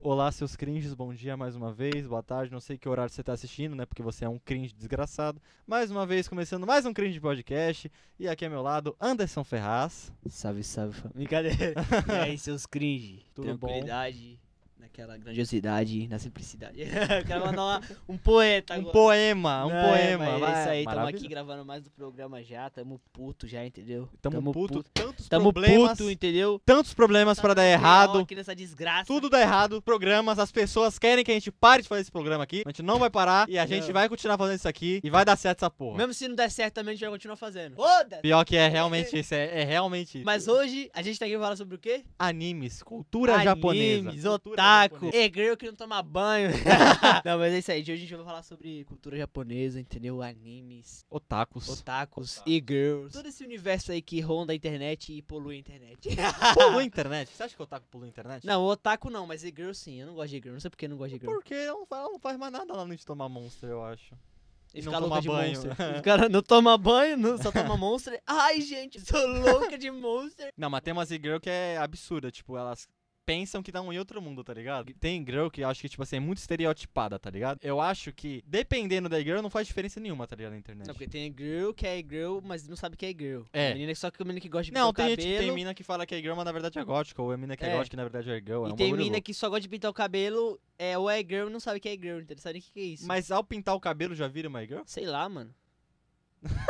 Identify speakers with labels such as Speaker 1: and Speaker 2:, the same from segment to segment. Speaker 1: Olá, seus cringes, bom dia mais uma vez, boa tarde, não sei que horário você está assistindo, né? Porque você é um cringe desgraçado. Mais uma vez, começando mais um cringe podcast. E aqui ao meu lado, Anderson Ferraz.
Speaker 2: Salve, salve, família. Brincadeira. e aí, seus cringe.
Speaker 1: Tudo bom?
Speaker 2: Tranquilidade, naquela grandiosidade, na simplicidade. Eu quero mandar uma- um poeta
Speaker 1: Um
Speaker 2: agora.
Speaker 1: poema, um
Speaker 2: Não,
Speaker 1: poema.
Speaker 2: mas
Speaker 1: vai.
Speaker 2: É isso aí, tamo
Speaker 1: Maravilha.
Speaker 2: aqui gravando mais do programa já, tamo puto já, entendeu?
Speaker 1: Tamo, puto, tantos
Speaker 2: Tamo
Speaker 1: problemas,
Speaker 2: puto, entendeu?
Speaker 1: tantos problemas para dar
Speaker 2: Tá
Speaker 1: errado.
Speaker 2: pior Aqui nessa desgraça.
Speaker 1: Tudo dá errado, programas, as pessoas querem que a gente pare de fazer esse programa aqui. A gente não vai parar e a gente
Speaker 2: Não.
Speaker 1: vai continuar fazendo isso aqui e vai dar certo essa porra.
Speaker 2: Mesmo se não der certo também, a gente vai continuar fazendo. Foda!
Speaker 1: Pior que é realmente isso, é, é realmente isso.
Speaker 2: Mas hoje a gente tá aqui pra falar sobre o quê?
Speaker 1: animes, cultura japonesa.
Speaker 2: Animes,
Speaker 1: Cultura
Speaker 2: otaku,
Speaker 1: japonesa.
Speaker 2: e-girl que não toma banho. não, mas é isso aí. De hoje a gente vai falar sobre cultura japonesa, entendeu? Animes,
Speaker 1: Otakus.
Speaker 2: otakus,
Speaker 1: Otaku.
Speaker 2: e-girls. Todo esse universo aí que ronda a internet e polui a internet.
Speaker 1: Pulou a internet. Você acha que otaku pulou a internet?
Speaker 2: não, otaku não, mas e-girl sim. Eu não gosto de e-girl. Não sei porque eu não gosto de e-girl.
Speaker 1: Porque ela não, faz, ela não faz mais nada lá no de tomar monstro, eu acho.
Speaker 2: E
Speaker 1: E
Speaker 2: ficar
Speaker 1: não tomar
Speaker 2: louca de
Speaker 1: banho.
Speaker 2: monster. Os caras não toma banho, não, só toma monster. Ai, gente, sou louca de monster.
Speaker 1: Não, mas tem umas girl que é absurda, tipo, elas pensam que estão em outro mundo, tá ligado? Tem girl que eu acho que, tipo assim, é muito estereotipada, tá ligado? Eu acho que, dependendo da girl, não faz diferença nenhuma, tá ligado, na internet.
Speaker 2: Não, porque tem e-girl que é e-girl, mas não sabe que é e-girl.
Speaker 1: É.
Speaker 2: Menina que só que menina que gosta de
Speaker 1: Não,
Speaker 2: pintar
Speaker 1: tem
Speaker 2: tipo, o
Speaker 1: gente que tem
Speaker 2: cabelo.
Speaker 1: mina que fala que é girl, mas na verdade é gótica, ou é mina que é,
Speaker 2: É.
Speaker 1: gótica e na verdade é girl. é
Speaker 2: E
Speaker 1: um
Speaker 2: tem
Speaker 1: bagulho
Speaker 2: mina
Speaker 1: louco.
Speaker 2: que só gosta de pintar o cabelo, é, ou é girl e não sabe o que é girl, entendeu? Sabe nem o que que é isso.
Speaker 1: Mas ao pintar o cabelo já vira uma girl?
Speaker 2: Sei lá, mano.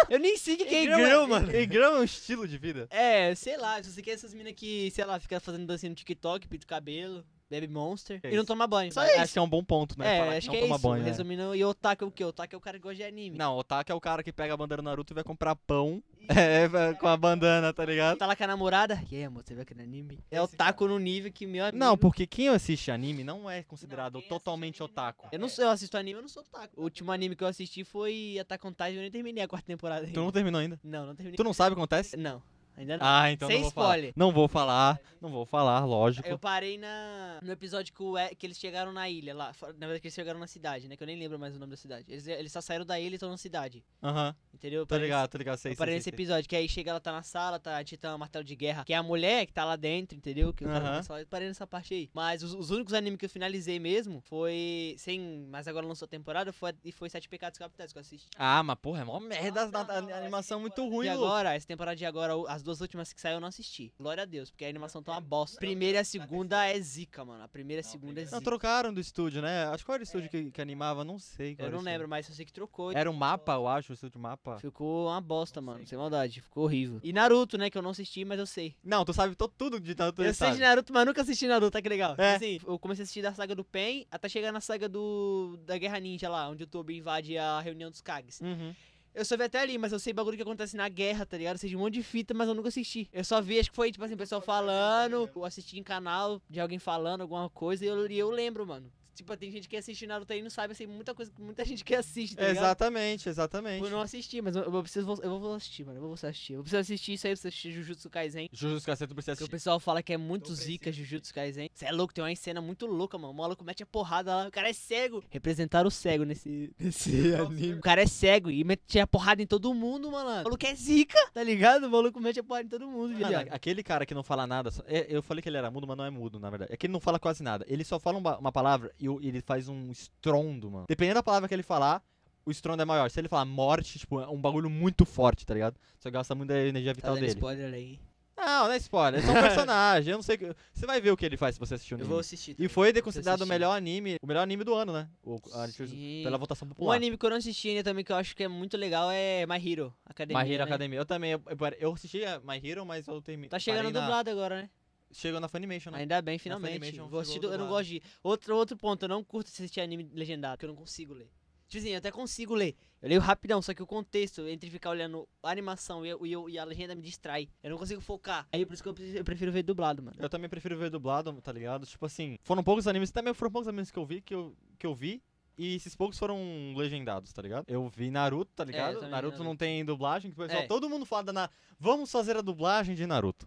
Speaker 2: eu nem sei o que que é girl, mano.
Speaker 1: E girl é um estilo de vida.
Speaker 2: É, sei lá, se você quer essas minas que, sei lá, fica fazendo dancinha no TikTok, pinta o cabelo, bebe monster
Speaker 1: É
Speaker 2: e não
Speaker 1: isso.
Speaker 2: toma banho.
Speaker 1: Só
Speaker 2: Mas
Speaker 1: Acho que é um bom ponto, né?
Speaker 2: É,
Speaker 1: Falar
Speaker 2: acho
Speaker 1: não
Speaker 2: que é
Speaker 1: toma
Speaker 2: isso.
Speaker 1: banho. né?
Speaker 2: Resumindo, e otaku é o quê? Otaku é o cara que gosta de anime.
Speaker 1: Não, otaku é o cara que pega a bandana do Naruto e vai comprar pão é, vai- com a bandana, tá ligado?
Speaker 2: Tá lá com a namorada, e aí, amor, você viu aquele anime? É
Speaker 1: Esse
Speaker 2: otaku no nível que meu amigo...
Speaker 1: Não, porque quem assiste anime não é considerado
Speaker 2: Não, quem
Speaker 1: totalmente
Speaker 2: assiste anime
Speaker 1: otaku.
Speaker 2: Eu não sei, eu assisto anime, eu não sou otaku. O último anime que eu assisti foi Attack on Titan, eu nem terminei a quarta temporada ainda.
Speaker 1: Tu não terminou ainda?
Speaker 2: Não, não terminei.
Speaker 1: Tu não sabe o que acontece?
Speaker 2: Não, ainda não.
Speaker 1: Ah, então
Speaker 2: Sem
Speaker 1: não vou
Speaker 2: spoiler.
Speaker 1: falar. Não vou falar, não vou falar, lógico.
Speaker 2: Eu parei na, no episódio que, o E- que eles chegaram na ilha lá. fora- Na verdade, que eles chegaram na cidade, né? Que eu nem lembro mais o nome da cidade. Eles, eles só saíram da ilha e estão na cidade.
Speaker 1: Aham,
Speaker 2: Entendeu? Eu
Speaker 1: tô
Speaker 2: parei
Speaker 1: ligado, tô ligado, sei, sei,
Speaker 2: nesse- Eu parei
Speaker 1: sei,
Speaker 2: nesse
Speaker 1: sei.
Speaker 2: episódio, que aí chega, ela tá na sala, tá a Titã Martelo de Guerra, que é a mulher que tá lá dentro, entendeu? Que o cara
Speaker 1: Aham.
Speaker 2: começa lá, eu parei nessa parte aí. Mas os, os únicos animes que eu finalizei mesmo foi. Sem. Mas agora lançou a temporada foi, e foi Sete Pecados Capitais que eu assisti.
Speaker 1: Ah, mas porra, é mó merda
Speaker 2: Ah, não,
Speaker 1: a- a-
Speaker 2: não,
Speaker 1: a
Speaker 2: essa
Speaker 1: animação é muito
Speaker 2: E
Speaker 1: ruim, Lu.
Speaker 2: agora, essa temporada de agora, o- as duas últimas que saiu eu não assisti. Glória a Deus, porque a animação tá uma bosta. Primeira e a segunda é zica, mano. A primeira e a segunda é
Speaker 1: Não,
Speaker 2: zica.
Speaker 1: trocaram do estúdio, né? Acho que qual era o estúdio que, que animava, não sei. qual
Speaker 2: É. Eu
Speaker 1: era o
Speaker 2: não
Speaker 1: estúdio.
Speaker 2: lembro, tipo mas eu sei que trocou. e
Speaker 1: Era o mapa, eu acho, o estúdio mapa.
Speaker 2: Ficou uma bosta, mano. Sem maldade, ficou horrível. E Naruto, né, que eu não assisti, mas eu sei.
Speaker 1: Não, tu sabe to- tudo de Naruto.
Speaker 2: Eu
Speaker 1: ele
Speaker 2: sei de
Speaker 1: sabe.
Speaker 2: Naruto, mas nunca assisti Naruto, tá que legal.
Speaker 1: É.
Speaker 2: Assim, eu comecei a assistir da saga do Pen até chegar na saga do da Guerra Ninja lá, onde o Tobi invade a reunião dos Kages.
Speaker 1: Uhum.
Speaker 2: Eu só vi até ali, mas eu sei bagulho que acontece na guerra, tá ligado? Eu sei de um monte de fita, mas eu nunca assisti. Eu só vi, acho que foi, tipo assim, pessoal falando, eu assisti em canal de alguém falando alguma coisa e eu, e eu lembro, mano. Tipo, tem gente que assiste Naruto aí e não sabe, assim, muita coisa que muita gente que assiste, tá ligado? um
Speaker 1: Exatamente, exatamente.
Speaker 2: Eu não assisti, mas eu, eu preciso, eu vou assistir, mano. Eu vou assistir. Eu preciso assistir isso aí, eu preciso assistir Jujutsu Kaisen.
Speaker 1: Jujutsu Kaisen, tu precisa
Speaker 2: Porque o
Speaker 1: assistir.
Speaker 2: pessoal fala que é
Speaker 1: Eu
Speaker 2: muito
Speaker 1: preciso
Speaker 2: zica Jujutsu Kaisen. Você é louco, tem uma cena muito louca, mano. O maluco mete a porrada lá, o cara é cego. Representaram o cego nesse, nesse anime. O cara é cego e mete a porrada em todo mundo, mano. O maluco é zica, tá ligado? O maluco mete a porrada em todo mundo,
Speaker 1: Mano,
Speaker 2: viado. Tá
Speaker 1: aquele cara que não fala nada, só- é, eu falei que ele era mudo, mas não é mudo, na verdade. É que ele não fala quase nada. Ele só fala uma, uma palavra e o- ele faz um estrondo, mano. Dependendo da palavra que ele falar, o estrondo é maior. Se ele falar morte, tipo, é um bagulho muito forte, tá ligado? Só gasta muito da energia
Speaker 2: Tá
Speaker 1: vital
Speaker 2: dando
Speaker 1: dele.
Speaker 2: spoiler aí.
Speaker 1: Não, não é spoiler. É só um personagem. Eu não sei. o que- Você vai ver o que ele faz se você assistir o
Speaker 2: Eu
Speaker 1: anime.
Speaker 2: vou assistir.
Speaker 1: E
Speaker 2: também.
Speaker 1: foi de-
Speaker 2: Preciso
Speaker 1: considerado o
Speaker 2: assistir.
Speaker 1: melhor anime, o melhor anime do ano, né? O, a-
Speaker 2: Sim.
Speaker 1: pela votação
Speaker 2: Um
Speaker 1: popular.
Speaker 2: anime que eu não assisti ainda também, que eu acho que é muito legal, é My Hero Academia.
Speaker 1: My Hero
Speaker 2: né?
Speaker 1: Academia. Eu também. Eu, eu pare- eu assisti a My Hero, mas eu terminei.
Speaker 2: Tá chegando dublado agora, né?
Speaker 1: Chegou na Funimation, né?
Speaker 2: Ainda bem, finalmente.
Speaker 1: Funimation
Speaker 2: Vou assistir,
Speaker 1: chegou
Speaker 2: eu não
Speaker 1: dublado.
Speaker 2: gosto de. Outro, outro ponto, eu não curto assistir anime legendado, porque eu não consigo ler. Tipo assim, eu até consigo ler. Eu leio rapidão, só que o contexto, entre ficar olhando a animação e, eu- e eu- e a legenda me distrai. Eu não consigo focar. Aí por isso que eu, preciso- eu prefiro ver dublado, mano.
Speaker 1: Eu também prefiro ver dublado, tá ligado? Tipo assim, foram poucos animes, também foram poucos animes que eu vi que eu, que eu vi E esses poucos foram legendados, tá ligado? Eu vi Naruto, tá
Speaker 2: É, eu
Speaker 1: ligado?
Speaker 2: também vi
Speaker 1: Naruto não
Speaker 2: Naruto.
Speaker 1: tem dublagem, que o pessoal,
Speaker 2: É.
Speaker 1: todo mundo fala da na... Vamos fazer a dublagem de Naruto.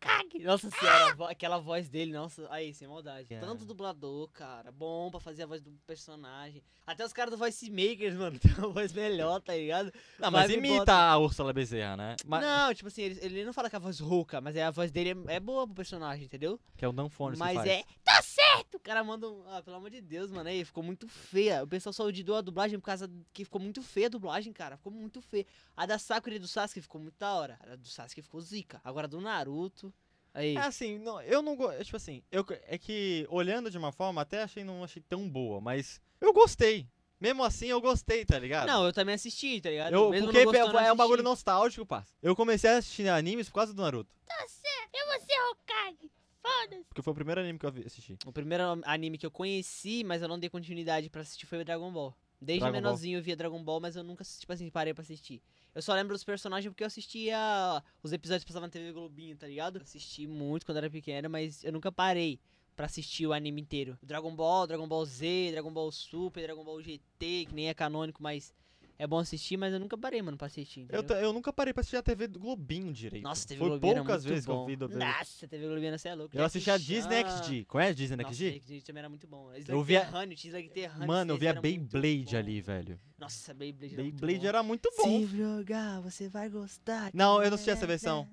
Speaker 2: Kag. Nossa senhora, a vo- aquela voz dele, nossa, aí, sem maldade.
Speaker 1: É.
Speaker 2: Tanto dublador, cara, bom pra fazer a voz do personagem. Até os caras do Voice Makers, mano, tem uma voz melhor, tá ligado?
Speaker 1: Não, mas
Speaker 2: Vai me
Speaker 1: imita
Speaker 2: bota.
Speaker 1: a Ursula Bezerra, né? Mas-
Speaker 2: Não, tipo assim, ele, ele não fala com a voz rouca, mas é, a voz dele é, é boa pro personagem, entendeu?
Speaker 1: Que é o Dan Fones que
Speaker 2: mas
Speaker 1: faz.
Speaker 2: é. Tá certo! O cara manda um. Ah, pelo amor de Deus, mano, aí ficou muito feia. O pessoal só odiou a dublagem por causa que ficou muito feia a dublagem, cara. Ficou muito feia. A da Sakura e do Sasuke ficou muito da hora. A do Sasuke ficou zica. Agora a do Naruto. Aí.
Speaker 1: É assim, não, eu não gosto. Tipo assim, eu, co- é que olhando de uma forma, até achei não achei tão boa, mas eu gostei. Mesmo assim, eu gostei, tá ligado?
Speaker 2: Não, eu também assisti, tá ligado?
Speaker 1: eu,
Speaker 2: Mesmo
Speaker 1: porque
Speaker 2: não gostando,
Speaker 1: é um bagulho
Speaker 2: assisti.
Speaker 1: nostálgico, parça. Eu comecei a assistir animes por causa do Naruto.
Speaker 3: Hokage. Foda-se.
Speaker 1: Porque foi o primeiro anime que eu vi- assisti.
Speaker 2: O primeiro anime que eu conheci, mas eu não dei continuidade pra assistir, foi o Dragon Ball. Desde
Speaker 1: Dragon Ball.
Speaker 2: menorzinho eu via Dragon Ball, mas eu nunca, tipo assim, parei pra assistir. Eu só lembro dos personagens porque eu assistia os episódios que passavam na TV Globinho, tá ligado? Assisti muito quando era pequena, mas eu nunca parei pra assistir o anime inteiro. Dragon Ball, Dragon Ball Z, Dragon Ball Super, Dragon Ball GT, que nem é canônico, mas é bom assistir, mas eu nunca parei, mano, pra assistir.
Speaker 1: Eu,
Speaker 2: entendeu?
Speaker 1: ta- eu nunca parei pra assistir a TV do Globinho direito.
Speaker 2: Nossa, TV
Speaker 1: Foi
Speaker 2: Globinho era
Speaker 1: poucas
Speaker 2: muito
Speaker 1: vezes
Speaker 2: bom.
Speaker 1: que eu vi. do-
Speaker 2: Nossa, TV Globinho, você é louco.
Speaker 1: Eu assisti a Disney
Speaker 2: Chan.
Speaker 1: XD. Conhece a Disney
Speaker 2: Nossa,
Speaker 1: XD?
Speaker 2: Disney também era muito bom.
Speaker 1: Eu via-
Speaker 2: Honey, Slugterrâneo,
Speaker 1: Mano, eu vi a Beyblade
Speaker 2: bom.
Speaker 1: ali, velho.
Speaker 2: Nossa, Beyblade era muito
Speaker 1: Beyblade
Speaker 2: bom.
Speaker 1: era muito bom.
Speaker 2: Se jogar, você vai gostar.
Speaker 1: Não, eu não assisti essa versão.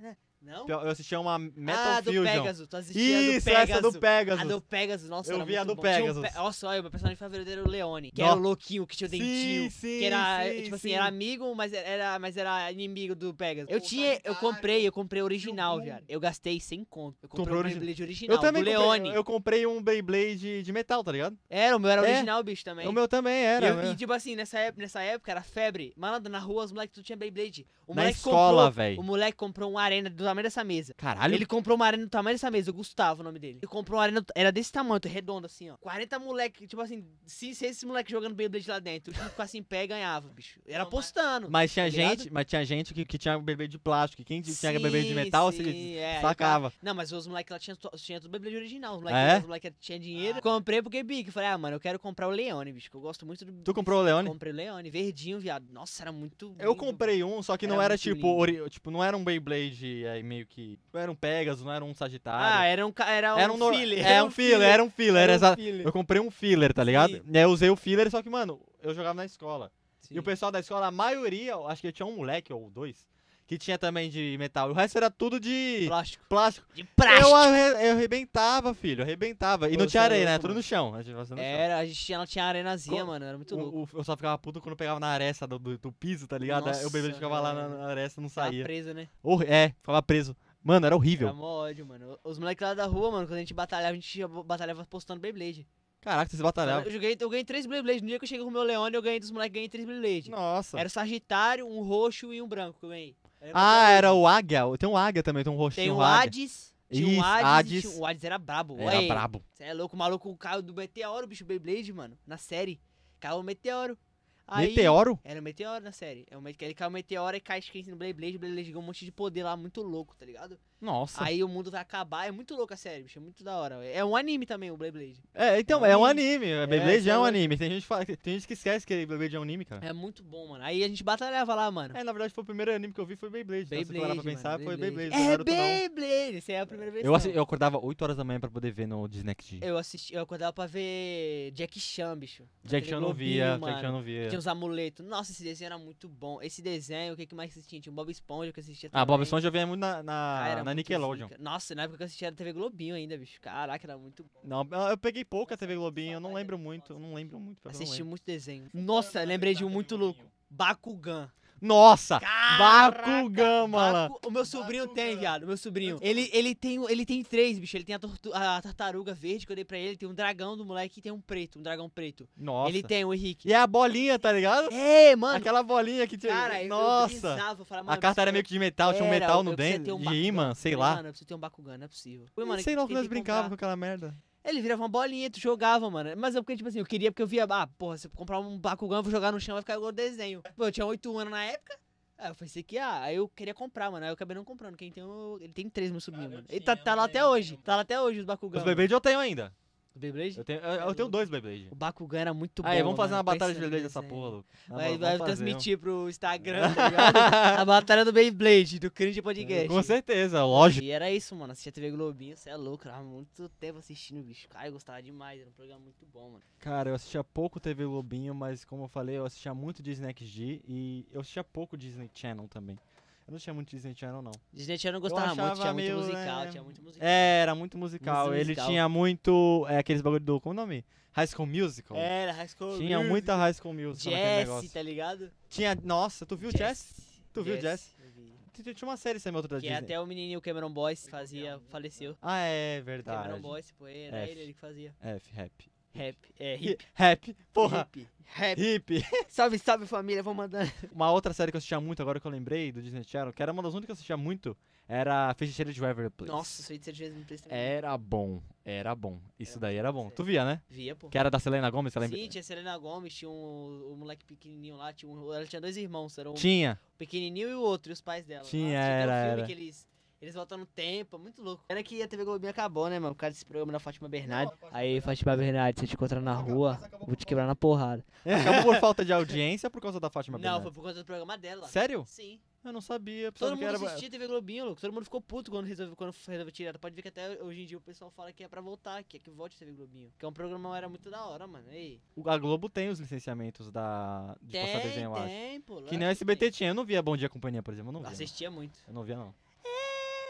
Speaker 2: Não?
Speaker 1: Então, Eu assisti uma Metal
Speaker 2: Então, ah, do
Speaker 1: Fusion.
Speaker 2: Pegasus. Tu assistia
Speaker 1: Isso,
Speaker 2: a do Pegasus.
Speaker 1: essa é do Pegasus.
Speaker 2: A do Pegasus, nossa,
Speaker 1: Eu
Speaker 2: era
Speaker 1: vi a
Speaker 2: muito
Speaker 1: do
Speaker 2: bom. Tinha um
Speaker 1: Pegasus.
Speaker 2: Pe- Nossa, olha, meu personagem favorito era o Leone, que
Speaker 1: Nó.
Speaker 2: era o louquinho, que tinha o dentinho.
Speaker 1: Sim, sim,
Speaker 2: que era,
Speaker 1: sim,
Speaker 2: tipo assim,
Speaker 1: sim.
Speaker 2: era amigo, mas era, mas era inimigo do Pegasus. Eu
Speaker 1: O
Speaker 2: tinha, eu
Speaker 1: Sagitário,
Speaker 2: comprei, eu comprei o original,
Speaker 1: Gil Boom.
Speaker 2: viado. Eu gastei sem conto. Eu comprei
Speaker 1: Comprou
Speaker 2: o
Speaker 1: origi-
Speaker 2: Beyblade original,
Speaker 1: Eu também
Speaker 2: do
Speaker 1: comprei,
Speaker 2: Leone.
Speaker 1: eu comprei um Beyblade de metal, tá ligado?
Speaker 2: Era, o meu era
Speaker 1: É.
Speaker 2: original, bicho, também.
Speaker 1: O meu também
Speaker 2: E
Speaker 1: era.
Speaker 2: eu-
Speaker 1: né?
Speaker 2: E, tipo assim, nessa época, nessa época era febre. Malandro, na rua, os moleques tudo tinha Beyblade. O
Speaker 1: Na
Speaker 2: moleque
Speaker 1: escola,
Speaker 2: comprou,
Speaker 1: velho.
Speaker 2: O moleque comprou uma arena do tamanho dessa mesa.
Speaker 1: Caralho.
Speaker 2: Ele comprou uma arena do tamanho dessa mesa, o Gustavo, o nome dele. Ele comprou uma arena, era desse tamanho, redonda assim, ó. 40 moleque, tipo assim, se, se esses moleques jogando Beyblade lá dentro, o time ficasse em pé ganhava, bicho. Era
Speaker 3: Não, mas-
Speaker 2: apostando.
Speaker 1: Mas tinha
Speaker 2: tá ligado?
Speaker 1: gente, mas tinha gente que, que tinha bebê de plástico. e Quem tinha
Speaker 2: Sim,
Speaker 1: bebê de metal, se
Speaker 2: sim, é, aí
Speaker 1: sacava.
Speaker 2: Não, mas os moleques lá tinham tinha tudo Beyblade original. Os moleques
Speaker 1: Ah, é?
Speaker 2: os moleque tinham dinheiro. Comprei porque bico. Falei, ah, mano, eu quero comprar o Leone, bicho. Que eu gosto muito do.
Speaker 1: Tu comprou o Leone?
Speaker 2: Comprei o Leone, verdinho, viado. Nossa, era muito.
Speaker 1: Eu
Speaker 2: lindo.
Speaker 1: comprei um, só que não
Speaker 2: Era
Speaker 1: era
Speaker 2: muito
Speaker 1: tipo,
Speaker 2: lindo.
Speaker 1: ori- tipo, não era um Beyblade aí meio que. Não era um Pegasus, não era um
Speaker 2: Ah,
Speaker 1: Sagitário.
Speaker 2: era um, ca- era um,
Speaker 1: era
Speaker 2: nor-
Speaker 1: filler. Era um filler, era um filler. Era exa-
Speaker 2: filler.
Speaker 1: Eu comprei um filler, tá ligado?
Speaker 2: Sim.
Speaker 1: E aí eu usei o filler, só que, mano, eu jogava na escola.
Speaker 2: Sim.
Speaker 1: E o pessoal da escola, a maioria, eu acho que tinha um moleque ou dois, que tinha também de metal. E o resto era tudo de
Speaker 2: Plástico.
Speaker 1: plástico.
Speaker 2: De
Speaker 1: Eu,
Speaker 2: plástico.
Speaker 1: arre- eu arrebentava, filho, eu arrebentava. E
Speaker 2: Pô,
Speaker 1: não tinha
Speaker 2: você é
Speaker 1: areia, né?
Speaker 2: louco,
Speaker 1: Tudo
Speaker 2: mano.
Speaker 1: no chão. a gente fazia no chão.
Speaker 2: Era, a gente tinha, ela tinha arenazinha,
Speaker 1: Co-
Speaker 2: mano. Era muito
Speaker 1: O-
Speaker 2: louco.
Speaker 1: o- eu só ficava puto quando pegava na aresta do, do- do piso, tá ligado? Aí eu bebê
Speaker 2: Nossa,
Speaker 1: ficava lá na,
Speaker 2: velho.
Speaker 1: na aresta não
Speaker 2: Tava
Speaker 1: saía.
Speaker 2: presa, né?
Speaker 1: Hor- é, ficava preso. Mano, era horrível.
Speaker 2: Era mó ódio, mano. Os moleques lá da rua, mano, quando a gente batalhava, a gente batalhava postando Beyblade.
Speaker 1: Caraca, vocês batalhavam.
Speaker 2: Eu joguei, eu ganhei três Beyblades. No dia que eu cheguei com o meu Leone, eu ganhei dos moleques, ganhei três Beyblades.
Speaker 1: Nossa.
Speaker 2: Era o Sagitário, um roxo e um branco que eu ganhei. Eu lembro
Speaker 1: Ah,
Speaker 2: até
Speaker 1: era
Speaker 2: hoje.
Speaker 1: o águia. Tem um águia também, tem um roxinho.
Speaker 2: Tem o
Speaker 1: um águia.
Speaker 2: Hades. Tinha um
Speaker 1: Isso,
Speaker 2: Hades. e
Speaker 1: Hades.
Speaker 2: tinha- O Hades era brabo.
Speaker 1: Era
Speaker 2: Olha aí.
Speaker 1: brabo.
Speaker 2: Você é louco, o maluco caiu do meteoro, bicho, Beyblade, mano, na série. Caiu um meteoro. Aí,
Speaker 1: Meteoro?
Speaker 2: Era um meteoro na série. É um mete- Ele caiu um meteoro e cai esquente no Beyblade, o Beyblade ganhou um monte de poder lá, muito louco, tá ligado?
Speaker 1: Nossa.
Speaker 2: Aí o mundo vai acabar, é muito louco a série, bicho, é muito da hora. É um anime também, o Beyblade.
Speaker 1: É, então, é um anime. Beyblade
Speaker 2: isso
Speaker 1: é,
Speaker 2: é
Speaker 1: um
Speaker 2: um
Speaker 1: anime. Tem gente, que fala, tem gente que esquece que Beyblade é um anime, cara.
Speaker 2: É muito bom, mano. Aí a gente batalhava lá, mano.
Speaker 1: É, na verdade, foi o primeiro anime que eu vi foi Beyblade. Então, se
Speaker 2: Beyblade,
Speaker 1: eu parar pra
Speaker 2: mano,
Speaker 1: pensar, foi Beyblade. não
Speaker 2: É
Speaker 1: Naruto, não.
Speaker 2: Beyblade! Essa é a primeira vez
Speaker 1: Eu, assi- eu acordava 8 horas da manhã pra poder ver no Disney XD.
Speaker 2: eu assisti, eu acordava pra ver Jack Chan, bicho.
Speaker 1: Jack
Speaker 2: aquele
Speaker 1: Chan não
Speaker 2: globinho,
Speaker 1: via, Jack
Speaker 2: mano.
Speaker 1: Chan não via.
Speaker 2: Tinha os amuletos. Nossa, esse desenho era muito bom. Esse desenho, o que, que mais que assistia? Tinha o Bob Esponja que eu assistia
Speaker 1: Ah, Bob
Speaker 2: também.
Speaker 1: Esponja eu via muito na, na,
Speaker 2: Ah, era
Speaker 1: na
Speaker 2: muito
Speaker 1: Nickelodeon.
Speaker 2: zica. Nossa, na época que eu assistia era TV Globinho ainda, bicho. Caraca, era muito bom.
Speaker 1: Não, eu- eu peguei pouca TV Globinho, eu não lembro muito, eu não lembro muito. pior que eu não
Speaker 2: Assisti
Speaker 1: lembro.
Speaker 2: muito desenho. Nossa, lembrei de um muito louco. Bakugan.
Speaker 1: Nossa!
Speaker 2: Caraca,
Speaker 1: Bakugan, mano!
Speaker 2: Baku- O meu sobrinho tem, viado. Meu sobrinho. Ele, ele, tem, o- ele tem três, bicho. Ele tem a, tortu- a tartaruga verde que eu dei pra ele. Tem um dragão do moleque e tem um preto. Um dragão preto.
Speaker 1: Nossa!
Speaker 2: Ele tem o Henrique.
Speaker 1: E a bolinha, tá ligado?
Speaker 2: É, mano.
Speaker 1: Aquela bolinha que tinha.
Speaker 2: Cara, eu- eu
Speaker 1: Nossa!
Speaker 2: brisava, eu falava,
Speaker 1: a
Speaker 2: mano,
Speaker 1: carta
Speaker 2: eu
Speaker 1: era meio que de metal, tinha um
Speaker 2: Era,
Speaker 1: metal
Speaker 2: eu-
Speaker 1: no
Speaker 2: eu preciso
Speaker 1: dentro,
Speaker 2: ter um
Speaker 1: de
Speaker 2: Bakugan.
Speaker 1: imã, sei
Speaker 2: Falei,
Speaker 1: lá.
Speaker 2: Mano, eu preciso ter um Bakugan, não é possível. Fui, mano,
Speaker 1: sei lá o que
Speaker 2: tentei
Speaker 1: nós brincávamos com
Speaker 2: comprar.
Speaker 1: aquela merda.
Speaker 2: Ele virava uma bolinha, tu jogava, mano. Mas é porque, tipo assim, eu queria, porque eu via, ah, porra, se eu comprar um Bakugan, eu vou jogar no chão, vai ficar igual o desenho. Pô, eu tinha 8 anos na época. Aí eu pensei que, ah, aí eu queria comprar, mano. Aí eu acabei não comprando. Quem tem, o- ele tem três, meu sobrinho, mano. Ele tá, tá lá até hoje. Tá lá até hoje os Bakugan.
Speaker 1: Os bebês eu tenho ainda.
Speaker 2: mano. Beyblade?
Speaker 1: Eu tenho, eu, eu tenho dois Beyblade.
Speaker 2: O Bakugan era muito bom. né?
Speaker 1: Aí, vamos fazer
Speaker 2: mano,
Speaker 1: uma batalha de
Speaker 2: impressionante,
Speaker 1: Beyblade nessa porra,
Speaker 2: velho.
Speaker 1: Lu. Na
Speaker 2: Vai,
Speaker 1: moral,
Speaker 2: vai
Speaker 1: vamos fazer, um- vamos.
Speaker 2: transmitir pro Instagram, tá ligado? a batalha do Beyblade, do Cringe Podcast.
Speaker 1: Com certeza, lógico.
Speaker 2: E era isso, mano. Assistia TV Globinho, você é louco. Tava muito tempo assistindo, bicho. Cara, eu gostava demais. Era um programa muito bom, mano.
Speaker 1: Cara, eu assistia pouco TV Globinho, mas como eu falei, eu assistia muito Disney XD e eu assistia pouco Disney Channel também. Eu não tinha muito Disney Channel, não.
Speaker 2: Disney Channel eu gostava muito,
Speaker 1: achava
Speaker 2: tinha muito
Speaker 1: meio,
Speaker 2: musical,
Speaker 1: né,
Speaker 2: tinha muito musical.
Speaker 1: É, era muito musical.
Speaker 2: Muito
Speaker 1: Ele
Speaker 2: musical.
Speaker 1: tinha muito. É aqueles bagulho do. Como é o nome? High School Musical.
Speaker 2: Era, High School
Speaker 1: tinha
Speaker 2: É, Musical,
Speaker 1: muita High School Musical naquele
Speaker 2: Jesse,
Speaker 1: negócio.
Speaker 2: tá ligado?
Speaker 1: Tinha. Nossa, tu viu Jess? Tu viu Jess?
Speaker 2: eu vi.
Speaker 1: Tinha uma série também outra da
Speaker 2: Que
Speaker 1: Disney.
Speaker 2: até o menininho Cameron Boyce fazia, faleceu.
Speaker 1: Ah, é
Speaker 2: Cameron
Speaker 1: verdade.
Speaker 2: Boyce, pô, era
Speaker 1: F.
Speaker 2: ele, ele que fazia.
Speaker 1: F, rap.
Speaker 2: Rap, é,
Speaker 1: Hi-
Speaker 2: hip.
Speaker 1: Rap, porra.
Speaker 2: Hip, rap.
Speaker 1: Hip.
Speaker 2: Salve, salve família, vou mandando.
Speaker 1: Uma outra série que eu assistia muito agora que eu lembrei do Disney Channel, que era uma das únicas que eu assistia muito, era Feiticeira de Waverly Place.
Speaker 2: Nossa, isso aí de certeza me prestou.
Speaker 1: Era bom, era bom. Isso
Speaker 2: Era
Speaker 1: daí
Speaker 2: bom,
Speaker 1: era
Speaker 2: essa
Speaker 1: bom.
Speaker 2: série.
Speaker 1: Tu via, né?
Speaker 2: Via, pô.
Speaker 1: Que é era da Selena Gomez, você lembra?
Speaker 2: Sim, tinha Selena Gomes, tinha um, um moleque pequenininho lá, tinha um, ela tinha dois irmãos, era um
Speaker 1: Tinha.
Speaker 2: pequenininho e o outro, e os pais dela.
Speaker 1: Tinha,
Speaker 2: Nossa, até
Speaker 1: era,
Speaker 2: um filme
Speaker 1: era.
Speaker 2: que eles, eles voltam no tempo, é muito louco. Era que a TV Globinho acabou, né, mano, por causa desse programa da Fátima Bernardes. Aí, Fátima Bernardes, se eu te encontrar na rua, vou te quebrar na porrada.
Speaker 1: Acabou por falta de audiência ou por causa da Fátima
Speaker 2: Não, foi
Speaker 1: Bernardes?
Speaker 2: por conta do programa dela.
Speaker 1: Sério?
Speaker 2: Sim.
Speaker 1: Eu não sabia. pensava
Speaker 2: Todo
Speaker 1: que
Speaker 2: mundo
Speaker 1: era...
Speaker 2: assistia TV Globinho, louco. Todo mundo ficou puto quando resolveu, quando resolveu tirar. Pode ver que até hoje em dia o pessoal fala que é pra voltar, que é que volte TV Globinho. Que é um programa era muito da hora, mano. Ei.
Speaker 1: O- A Globo tem os licenciamentos da... de passar desenho, eu acho.
Speaker 2: tem, pô.
Speaker 1: Que nem o SBT tinha. Eu não via Bom Dia Companhia, por exemplo. Eu não via. não.
Speaker 2: Assistia muito.
Speaker 1: Eu não via, não.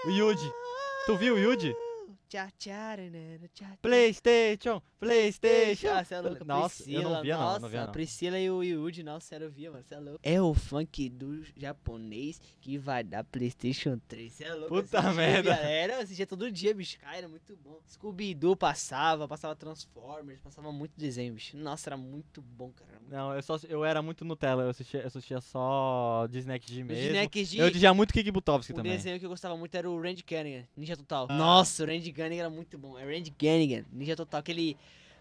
Speaker 1: O Yuji. Tu viu o Yuji?
Speaker 2: Tchá, tchá, nanana, tchá, tchá.
Speaker 1: Playstation, Playstation.
Speaker 2: Ah, cê é louco.
Speaker 1: Nossa, eu não via, não, eu não via,
Speaker 2: nossa,
Speaker 1: não.
Speaker 2: A Priscila e o Yuji, nossa, eu via, mano. Você é louco. É o funk do japonês que vai dar PlayStation 3. Você é louco. eu
Speaker 1: Puta
Speaker 2: assistia,
Speaker 1: merda.
Speaker 2: Era, eu assistia todo dia, bicho. Cara, era muito bom. Scooby-Doo passava, passava Transformers, passava muito desenho, bicho. Nossa, era muito bom, cara. Era muito...
Speaker 1: Não, eu, só, eu era muito Nutella, eu assistia, eu assistia só Disney XD mesmo.
Speaker 2: Snack de...
Speaker 1: Eu dizia muito Kiki Butovski
Speaker 2: O
Speaker 1: também. Ah.
Speaker 2: desenho que eu gostava muito era o Randy Cunningham, Ninja Total. Nossa, o Randy Cunningham era muito bom. É Randy Cunningham, Ninja Total, aquele...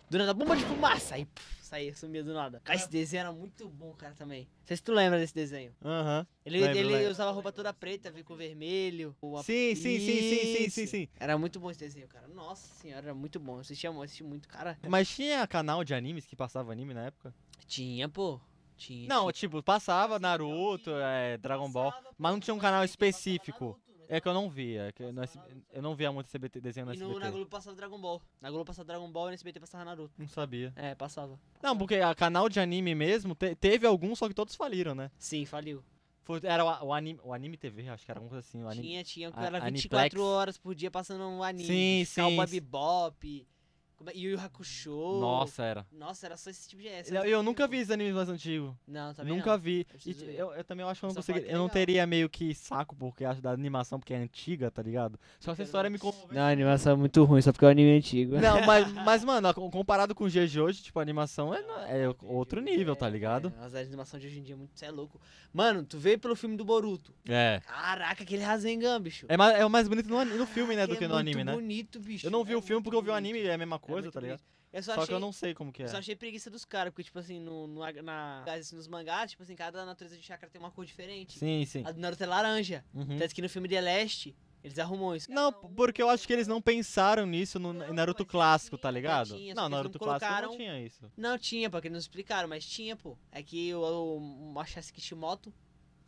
Speaker 2: Do nada, bomba de fumaça, aí puf, saía, sumia do nada. Cara, esse desenho era muito bom, cara, também. Não sei se tu lembra desse desenho.
Speaker 1: Aham.
Speaker 2: Ele,
Speaker 1: Lembro,
Speaker 2: ele
Speaker 1: lembro.
Speaker 2: usava roupa toda preta, veio com vermelho. o ap-
Speaker 1: Sim, sim, sim, sim, sim, sim,
Speaker 2: Isso.
Speaker 1: sim.
Speaker 2: Era muito bom esse desenho, cara. Nossa senhora, era muito bom. Eu assistia, eu assisti muito, cara.
Speaker 1: Mas tinha canal de animes que passava anime na época?
Speaker 2: Tinha, pô. Tinha.
Speaker 1: Não, tipo, passava Naruto, é, Dragon Ball, mas não tinha um canal específico. É que eu não via, é que no SB eu não via muito SBT, desenho no
Speaker 2: E no, na
Speaker 1: SBT.
Speaker 2: Globo passava Dragon Ball. Na Globo passava Dragon Ball e no SBT passava Naruto.
Speaker 1: Não sabia.
Speaker 2: É, passava.
Speaker 1: Não, porque a canal de anime mesmo, te- teve alguns, só que todos faliram, né?
Speaker 2: Sim, faliu.
Speaker 1: Foi- era o, o anime, o anime TV, acho que era alguma coisa assim, o anime
Speaker 2: Tinha, tinha, que
Speaker 1: a-
Speaker 2: era
Speaker 1: Aniplex.
Speaker 2: 24 horas por dia passando um anime.
Speaker 1: Sim,
Speaker 2: bicho,
Speaker 1: sim,
Speaker 2: Cowboy
Speaker 1: sim.
Speaker 2: Bebop, como é- Yu Yu Hakusho.
Speaker 1: Nossa, era.
Speaker 2: Nossa, era só esse tipo de... essa-
Speaker 1: Eu, eu nunca vi esses animes mais antigos.
Speaker 2: Não, também
Speaker 1: Nunca
Speaker 2: não.
Speaker 1: vi.
Speaker 2: Eu
Speaker 1: E
Speaker 2: preciso
Speaker 1: ti-
Speaker 2: ver.
Speaker 1: eu, eu também acho que eu não
Speaker 2: Só fala
Speaker 1: conseguiria.
Speaker 2: que é
Speaker 1: Eu não
Speaker 2: legal.
Speaker 1: teria meio que saco, porque acho da animação, porque é antiga, tá ligado? Só essa
Speaker 2: Quero
Speaker 1: história
Speaker 2: ver.
Speaker 1: me comoveu.
Speaker 2: Não, a animação é muito ruim, só porque é um anime antigo.
Speaker 1: Não, mas, mas, mano, a- comparado com os dias de hoje, tipo, a animação é, na- é
Speaker 2: Não,
Speaker 1: outro
Speaker 2: entendi.
Speaker 1: nível, tá
Speaker 2: É,
Speaker 1: ligado?
Speaker 2: As animações de hoje em dia é muito... Cê é louco. Mano, tu veio pelo filme do Boruto.
Speaker 1: É.
Speaker 2: Caraca, aquele Rasengan, bicho.
Speaker 1: É mais, é mais bonito no, ani- no filme, né, do
Speaker 2: Caraca,
Speaker 1: que
Speaker 2: é
Speaker 1: no anime,
Speaker 2: muito
Speaker 1: né?
Speaker 2: bonito, bicho.
Speaker 1: Eu não vi
Speaker 2: é
Speaker 1: o filme
Speaker 2: muito
Speaker 1: porque eu vi o
Speaker 2: bonito.
Speaker 1: anime, é a mesma
Speaker 2: É
Speaker 1: coisa,
Speaker 2: muito
Speaker 1: tá ligado?
Speaker 2: bonito. Eu só
Speaker 1: Só que
Speaker 2: achei...
Speaker 1: eu não sei como que é.
Speaker 2: Eu só achei preguiça dos caras, porque, tipo assim, no, no, na, assim, nos mangás, tipo assim, cada natureza de chakra tem uma cor diferente.
Speaker 1: Sim, sim.
Speaker 2: A do Naruto é laranja.
Speaker 1: Uhum.
Speaker 2: Tanto que no filme The Last, eles arrumam isso.
Speaker 1: Não, p- porque eu acho que eles não pensaram nisso no
Speaker 2: Não,
Speaker 1: em Naruto
Speaker 2: mas
Speaker 1: clássico,
Speaker 2: tinha,
Speaker 1: tá ligado?
Speaker 2: tinha, só
Speaker 1: Não,
Speaker 2: que eles não
Speaker 1: Naruto clássico não
Speaker 2: colocaram-
Speaker 1: tinha isso.
Speaker 2: Não tinha, porque eles não explicaram, mas tinha, pô. É que o, o Machashi Kishimoto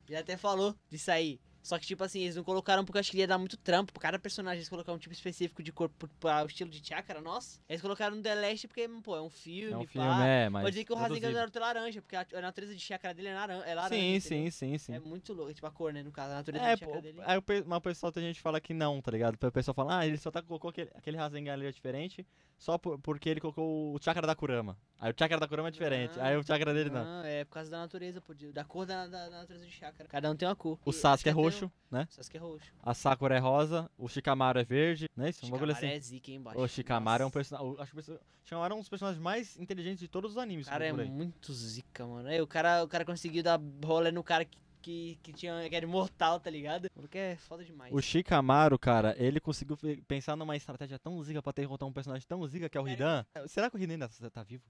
Speaker 2: já até falou disso aí. Só que, tipo assim, eles não colocaram porque eu acho que ia dar muito trampo. Pra cada personagem eles colocaram um tipo específico de corpo pra o estilo de chakra, nossa. Eles colocaram no The Last porque, pô, é um filme,
Speaker 1: É um
Speaker 2: pá.
Speaker 1: filme, é, mas.
Speaker 2: Pode dizer que o Rasengan do
Speaker 1: reduzível.
Speaker 2: Naruto é laranja, porque a, a natureza de chakra dele é, naran é laranja.
Speaker 1: Sim,
Speaker 2: entendeu?
Speaker 1: sim, sim, sim.
Speaker 2: É muito louco, tipo a cor, né? No caso, a natureza
Speaker 1: É,
Speaker 2: de
Speaker 1: pô,
Speaker 2: chakra dele.
Speaker 1: aí o pe- mas o pessoal tem gente que fala que não, tá ligado? O pessoal fala, ah, ele só tá, colocou aquele, aquele Rasengan ali é diferente só por- porque ele colocou o chakra da Kurama. Aí o chakra da Kurama é diferente,
Speaker 2: Ah,
Speaker 1: aí o chakra dele não.
Speaker 2: Não, é por causa da natureza, pô, de- da cor da, da- da natureza de chakra. Cada um tem uma cor.
Speaker 1: O
Speaker 2: E acho
Speaker 1: Sasuke é
Speaker 2: até o-
Speaker 1: roxo, né?
Speaker 2: O Sasuke é roxo.
Speaker 1: A Sakura é rosa, o Shikamaru é verde, né? Isso, um bagulho
Speaker 2: Shikamaru
Speaker 1: assim.
Speaker 2: é zica, hein, baixo.
Speaker 1: O Shikamaru é um
Speaker 2: Nossa.
Speaker 1: personagem. o- Acho que o perso- Shikamaru é um dos personagens mais inteligentes de todos os animes.
Speaker 2: O cara é
Speaker 1: por aí.
Speaker 2: muito zica, mano. É, o, cara, o cara conseguiu dar rola no cara que, que, que tinha, que era imortal, tá ligado? Porque é foda demais.
Speaker 1: O Shikamaru, cara, ele conseguiu fe- pensar numa estratégia tão zica pra derrotar um personagem tão zica que é o Hidan. Será que o Hidan ainda tá- tá vivo?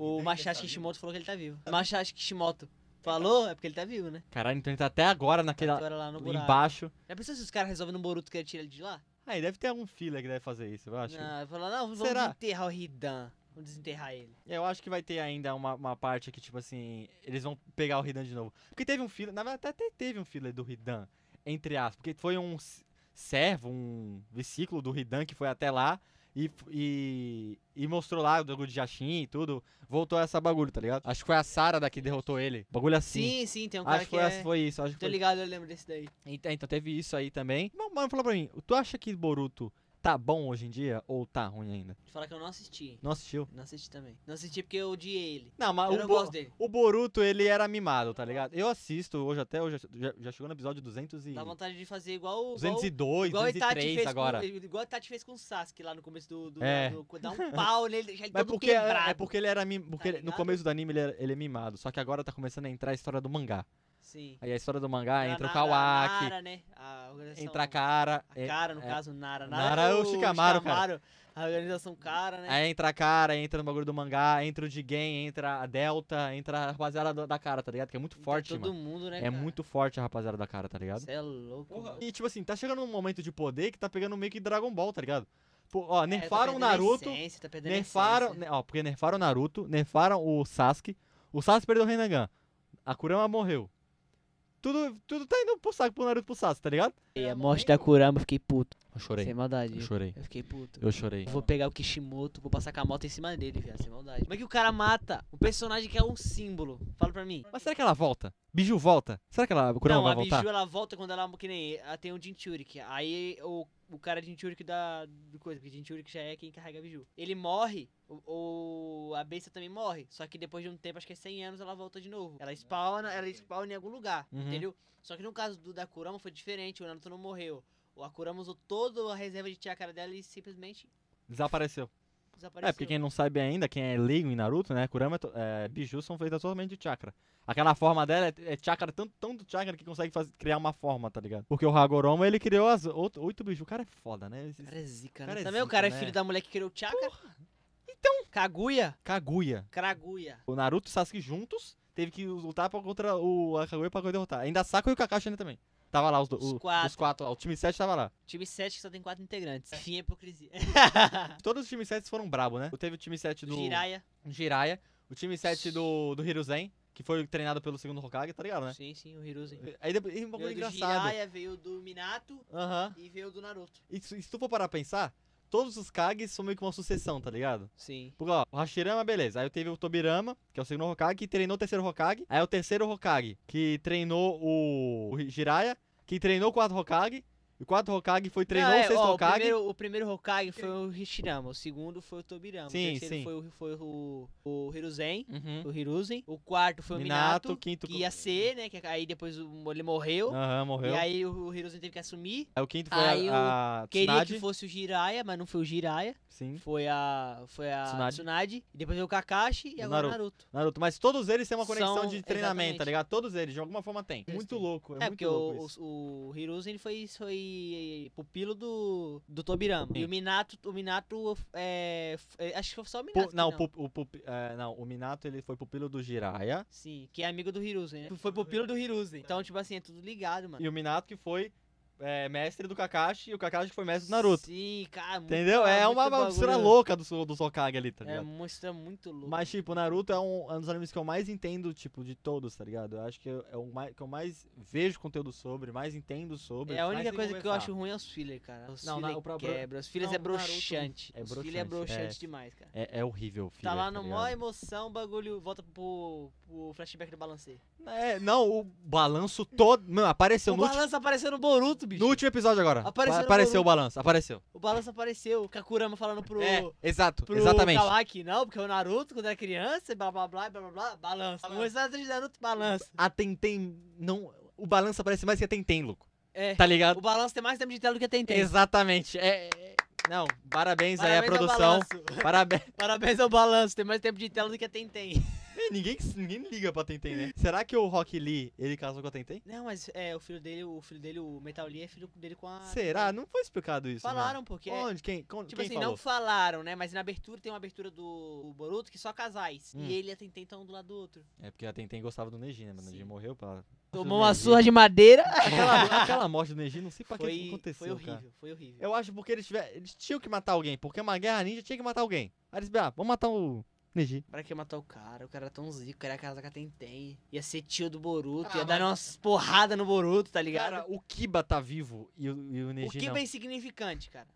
Speaker 2: O
Speaker 1: Ele
Speaker 2: Machashi
Speaker 1: tá vivo?
Speaker 2: Kishimoto falou que ele tá vivo. O Machashi Kishimoto falou, é porque ele tá vivo, né?
Speaker 1: Caralho, então ele tá até agora
Speaker 2: Tá
Speaker 1: naquela.
Speaker 2: agora lá no buraco.
Speaker 1: Embaixo.
Speaker 2: Já pensou se os caras resolvem no Boruto que ele tira ele de lá?
Speaker 1: Aí deve ter algum filler que deve fazer isso, eu acho.
Speaker 2: Não, falar, não, vamos
Speaker 1: Será?
Speaker 2: desenterrar o Ridan. Vamos desenterrar ele.
Speaker 1: É, Eu acho que vai ter ainda uma, uma parte que, tipo assim, eles vão pegar o Ridan de novo. Porque teve um filler, na verdade até teve um filler do Ridan, entre aspas, porque foi um s- servo, um versículo do Ridan que foi até lá e, f- e, e mostrou lá o bagulho de Jashin e tudo. Voltou essa bagulho, tá ligado? Acho que foi a Sarah da que derrotou ele. Bagulho assim.
Speaker 2: Sim, sim, tem um cara
Speaker 1: acho
Speaker 2: que
Speaker 1: que foi,
Speaker 2: é...
Speaker 1: foi isso, acho que
Speaker 2: Tô
Speaker 1: foi
Speaker 2: ligado, eu lembro desse daí.
Speaker 1: Ent- é, Então teve isso aí também. Mas, mano, fala pra mim, tu acha que Boruto tá bom hoje em dia ou tá ruim ainda?
Speaker 2: Vou falar que eu não assisti.
Speaker 1: Não assistiu?
Speaker 2: Não assisti também. Não assisti porque eu odiei ele.
Speaker 1: Não, mas
Speaker 2: Eu
Speaker 1: Ah, o,
Speaker 2: não
Speaker 1: Bo-
Speaker 2: gosto dele.
Speaker 1: o Boruto, ele era mimado, tá ligado? Eu assisto hoje até, hoje já, já chegou no episódio 200 e...
Speaker 2: Dá vontade de fazer igual o.
Speaker 1: 202,
Speaker 2: igual, igual o Itachi
Speaker 1: 203
Speaker 2: fez
Speaker 1: agora.
Speaker 2: Com, igual o Itachi fez com o Sasuke lá no começo do. do,
Speaker 1: É.
Speaker 2: do, dá um pau nele, deixar ele
Speaker 1: Mas
Speaker 2: todo
Speaker 1: porque,
Speaker 2: quebrado.
Speaker 1: é porque ele era mim, porque
Speaker 2: Tá
Speaker 1: ele- no
Speaker 2: ligado?
Speaker 1: começo do anime ele, era- ele é mimado, só que agora tá começando a entrar a história do mangá.
Speaker 2: Sim.
Speaker 1: Aí a história do mangá entra o
Speaker 2: Na- na-
Speaker 1: Ah, Kawaki,
Speaker 2: Nara, né? A organização-
Speaker 1: entra a Kara,
Speaker 2: A
Speaker 1: é-
Speaker 2: cara, no
Speaker 1: é,
Speaker 2: caso, Nara.
Speaker 1: Nara
Speaker 2: Nara,
Speaker 1: é o Shikamaru, Ah, é
Speaker 2: A organização cara, né?
Speaker 1: Aí entra a cara, entra no bagulho do mangá, entra o Jigen, entra a Delta, entra a rapaziada do- da cara, tá ligado? Que é muito
Speaker 2: Entra
Speaker 1: forte,
Speaker 2: todo
Speaker 1: mano.
Speaker 2: mundo, né?
Speaker 1: É muito forte a rapaziada da cara, tá ligado?
Speaker 2: Você é louco. mano.
Speaker 1: E tipo assim, tá chegando num momento de poder que tá pegando meio que Dragon Ball, tá ligado? Pô, ó,
Speaker 2: É, tá
Speaker 1: nerfaram o
Speaker 2: perdendo a
Speaker 1: Naruto,
Speaker 2: essência, tá perdendo a
Speaker 1: nerfaram.
Speaker 2: essência.
Speaker 1: ne- Ó, porque nerfaram o Naruto, nerfaram o Sasuke. O Sasuke perdeu o Renegan. A Kurama morreu. Tudo, tudo tá indo pro saco, pro Naruto pro Sasuke, tá ligado?
Speaker 2: E a morte da Kurama, eu fiquei puto.
Speaker 1: Eu chorei.
Speaker 2: Sem maldade.
Speaker 1: Eu chorei.
Speaker 2: Eu fiquei puto.
Speaker 1: Eu chorei.
Speaker 2: Eu vou pegar o Kishimoto, vou passar com a moto em cima dele, viado, sem maldade. Como é que o cara mata um personagem que é um símbolo? Fala pra mim.
Speaker 1: Mas será que ela volta? Biju volta? Será que ela, a Kurama
Speaker 2: não,
Speaker 1: vai
Speaker 2: a
Speaker 1: voltar?
Speaker 2: Biju, é ela volta quando ela, que nem, ela tem um Jinchurik. Aí o, o cara Jinchurik da do coisa, porque Jinchurik já é quem carrega a Biju. Ele morre, o, o- a besta também morre, só que depois de um tempo, acho que é 100 anos, ela volta de novo. Ela spawna, ela spawna em algum lugar,
Speaker 1: Uhum.
Speaker 2: entendeu? Só que no caso do da Kurama foi diferente, o Naruto não morreu. O Akurama usou toda a reserva de tiacara dela e simplesmente
Speaker 1: Desapareceu.
Speaker 2: desapareceu.
Speaker 1: É, porque quem não sabe ainda, quem é leigo em Naruto, né? Kurama é to- é, Biju são feitas totalmente de chakra. Aquela forma dela é, é chakra, tanto, tanto chakra que consegue faz- criar uma forma, tá ligado? Porque o Hagoromo, ele criou as out- oito Biju. O cara é foda, né? Esse-
Speaker 2: O cara é zica,
Speaker 1: cara
Speaker 2: né?
Speaker 1: é
Speaker 2: Também o
Speaker 1: zica,
Speaker 2: cara é
Speaker 1: né?
Speaker 2: filho da mulher que criou o Chakra. Então. Kaguya.
Speaker 1: Kaguya.
Speaker 2: Kraguya.
Speaker 1: O Naruto e o Sasuke juntos teve que lutar pra- contra o a Kaguya pra poder derrotar. Ainda a Sakura e o Kakashi ainda também. Tava lá os, do,
Speaker 2: Os
Speaker 1: o- Os
Speaker 2: quatro.
Speaker 1: quatro lá. O time 7 tava lá.
Speaker 2: Time 7 que só tem 4 integrantes. Enfim, é hipocrisia. Ah.
Speaker 1: Todos os time 7 foram brabo, né? Teve o time 7 do
Speaker 2: Jiraya.
Speaker 1: Jiraiya, o time 7 do, do Hiruzen, que foi treinado pelo segundo Hokage, tá ligado, né?
Speaker 2: Sim, sim, o Hiruzen.
Speaker 1: Aí depois, e um bagulho
Speaker 2: Veio do
Speaker 1: engraçado.
Speaker 2: Jiraya, veio do Minato
Speaker 1: Aham.
Speaker 2: e veio do Naruto.
Speaker 1: E se se tu for parar pra pensar, todos os Kages são meio que uma sucessão, tá ligado?
Speaker 2: Sim.
Speaker 1: Porque, ó, o Hashirama, beleza. Aí eu teve o Tobirama, que é o segundo Hokage, que treinou o terceiro Hokage. Aí é o terceiro Hokage, que treinou o, o Jiraiya, que treinou o quarto Hokage. E o quarto Hokage foi treinou o sexto
Speaker 2: é, O
Speaker 1: Hokage.
Speaker 2: primeiro, o primeiro Hokage foi o Hishirama, o segundo foi o Tobirama,
Speaker 1: Sim,
Speaker 2: o terceiro
Speaker 1: sim.
Speaker 2: foi, o, foi o, o Hiruzen,
Speaker 1: Uhum.
Speaker 2: o Hiruzen, o quarto foi o
Speaker 1: Minato,
Speaker 2: Minato,
Speaker 1: quinto
Speaker 2: que ia ser, né, que aí depois o- ele morreu,
Speaker 1: Aham, morreu.
Speaker 2: e
Speaker 1: Aí...
Speaker 2: aí o, o Hiruzen teve que assumir,
Speaker 1: o quinto foi
Speaker 2: Aí
Speaker 1: a, a
Speaker 2: queria
Speaker 1: Tsunade.
Speaker 2: que fosse o Jiraiya, mas não foi o Jiraiya,
Speaker 1: Sim.
Speaker 2: foi a, foi a
Speaker 1: Tsunade.
Speaker 2: Tsunade, e depois veio o Kakashi e
Speaker 1: O
Speaker 2: agora
Speaker 1: Naruto.
Speaker 2: o Naruto.
Speaker 1: Naruto. Mas todos eles têm uma
Speaker 2: São-
Speaker 1: conexão de treinamento, tá
Speaker 2: exatamente.
Speaker 1: ligado? Todos eles, de alguma forma, tem.
Speaker 2: Eles
Speaker 1: Muito
Speaker 2: têm.
Speaker 1: louco. É,
Speaker 2: É,
Speaker 1: muito
Speaker 2: porque
Speaker 1: louco
Speaker 2: o,
Speaker 1: isso.
Speaker 2: o, o Hiruzen ele foi, foi pupilo do, do Tobirama. E o Minato, o Minato é, f- é, acho que foi só o
Speaker 1: Pu-
Speaker 2: Minato. que
Speaker 1: não, pu- o, pupi- é, não, o Minato ele foi pupilo do Jiraiya.
Speaker 2: Sim, que é amigo do Hiruzen, né? Foi pupilo do Hiruzen. Então, tipo assim, é tudo ligado, mano.
Speaker 1: E o Minato que foi é, mestre do Kakashi e o Kakashi que foi mestre do Naruto.
Speaker 2: Sim, cara. muito-
Speaker 1: Entendeu?
Speaker 2: ah,
Speaker 1: É
Speaker 2: muito
Speaker 1: uma
Speaker 2: bagulho.
Speaker 1: mistura louca do, so- do Sokage ali, tá
Speaker 2: É,
Speaker 1: ligado?
Speaker 2: mostra muito louco.
Speaker 1: Mas, tipo, Naruto é um, é um dos animes que eu mais entendo, tipo, de todos, tá ligado? Eu acho que é o mais, que eu mais vejo conteúdo sobre, mais entendo sobre.
Speaker 2: é a
Speaker 1: mais
Speaker 2: única
Speaker 1: sei
Speaker 2: coisa que eu
Speaker 1: conversar.
Speaker 2: acho ruim é os fillers, cara. Os
Speaker 1: Não,
Speaker 2: filler
Speaker 1: na- o pro-
Speaker 2: quebra. Os fillers
Speaker 1: não,
Speaker 2: é
Speaker 1: o Naruto
Speaker 2: broxante.
Speaker 1: é
Speaker 2: os filler é
Speaker 1: broxante, é.
Speaker 2: broxante demais, cara.
Speaker 1: É, é horrível o
Speaker 2: Tá
Speaker 1: filler,
Speaker 2: lá no mó
Speaker 1: ligado?
Speaker 2: emoção, o bagulho volta pro, pro flashback do balancê.
Speaker 1: É, não, o balanço todo. Mano, apareceu
Speaker 2: o
Speaker 1: no, último,
Speaker 2: balanço apareceu no Boruto, bicho.
Speaker 1: no último episódio agora.
Speaker 2: Apareceu no
Speaker 1: apareceu o
Speaker 2: Boruto.
Speaker 1: balanço, apareceu.
Speaker 2: O balanço apareceu, o Kakurama falando pro.
Speaker 1: É, exato,
Speaker 2: Pro
Speaker 1: exatamente.
Speaker 2: Kawaki, não, porque é o Naruto, quando era criança, blá blá blá, blá blá blá, balança.
Speaker 1: Balança.
Speaker 2: O exato de Naruto balança.
Speaker 1: A Tentem não. O balanço aparece mais que a Tentem, louco.
Speaker 2: É.
Speaker 1: Tá ligado?
Speaker 2: O balanço tem mais tempo de tela do que a Tenten.
Speaker 1: Exatamente. É, é- Não, parabéns, aí à
Speaker 2: Parabéns ao
Speaker 1: produção.
Speaker 2: balanço.
Speaker 1: Parabéns.
Speaker 2: Parabéns ao balanço, tem mais tempo de tela do que a Tenten.
Speaker 1: É, ninguém, ninguém liga pra Tenten, né? Será que o Rock Lee, ele casou com a Tenten?
Speaker 2: Não, mas é, o filho dele, o filho dele, o Metal Lee é filho dele com a.
Speaker 1: Será? Não foi explicado isso, né?
Speaker 2: é. Falaram, porque. é-
Speaker 1: Onde? Quem, con-
Speaker 2: Tipo
Speaker 1: quem
Speaker 2: assim,
Speaker 1: falou?
Speaker 2: não falaram, né? Mas na abertura tem uma abertura do do Boruto que só casais.
Speaker 1: Hum.
Speaker 2: E ele e a Tenten estão um do lado do outro.
Speaker 1: É porque a Tenten gostava do Neji, né? Mas o
Speaker 2: Sim.
Speaker 1: Neji morreu pra...
Speaker 2: Tomou uma surra de madeira.
Speaker 1: Aquela, aquela morte do Neji, não sei pra que que
Speaker 2: Foi,
Speaker 1: aconteceu,
Speaker 2: foi horrível,
Speaker 1: cara.
Speaker 2: foi horrível.
Speaker 1: Eu acho porque eles, tiver, eles tinham que matar alguém, porque uma guerra ninja tinha que matar alguém. Aí eles, ah, vamos matar o Neji.
Speaker 2: Pra que matar o cara? O cara era tão zico, o cara ia casar com a Tenten. Ia ser tio do Boruto,
Speaker 1: Ah,
Speaker 2: ia dar
Speaker 1: mas-
Speaker 2: umas porradas no Boruto, tá ligado?
Speaker 1: Cara, o Kiba tá vivo e o, e o
Speaker 2: o
Speaker 1: Neji
Speaker 2: Kiba
Speaker 1: não.
Speaker 2: é insignificante, cara.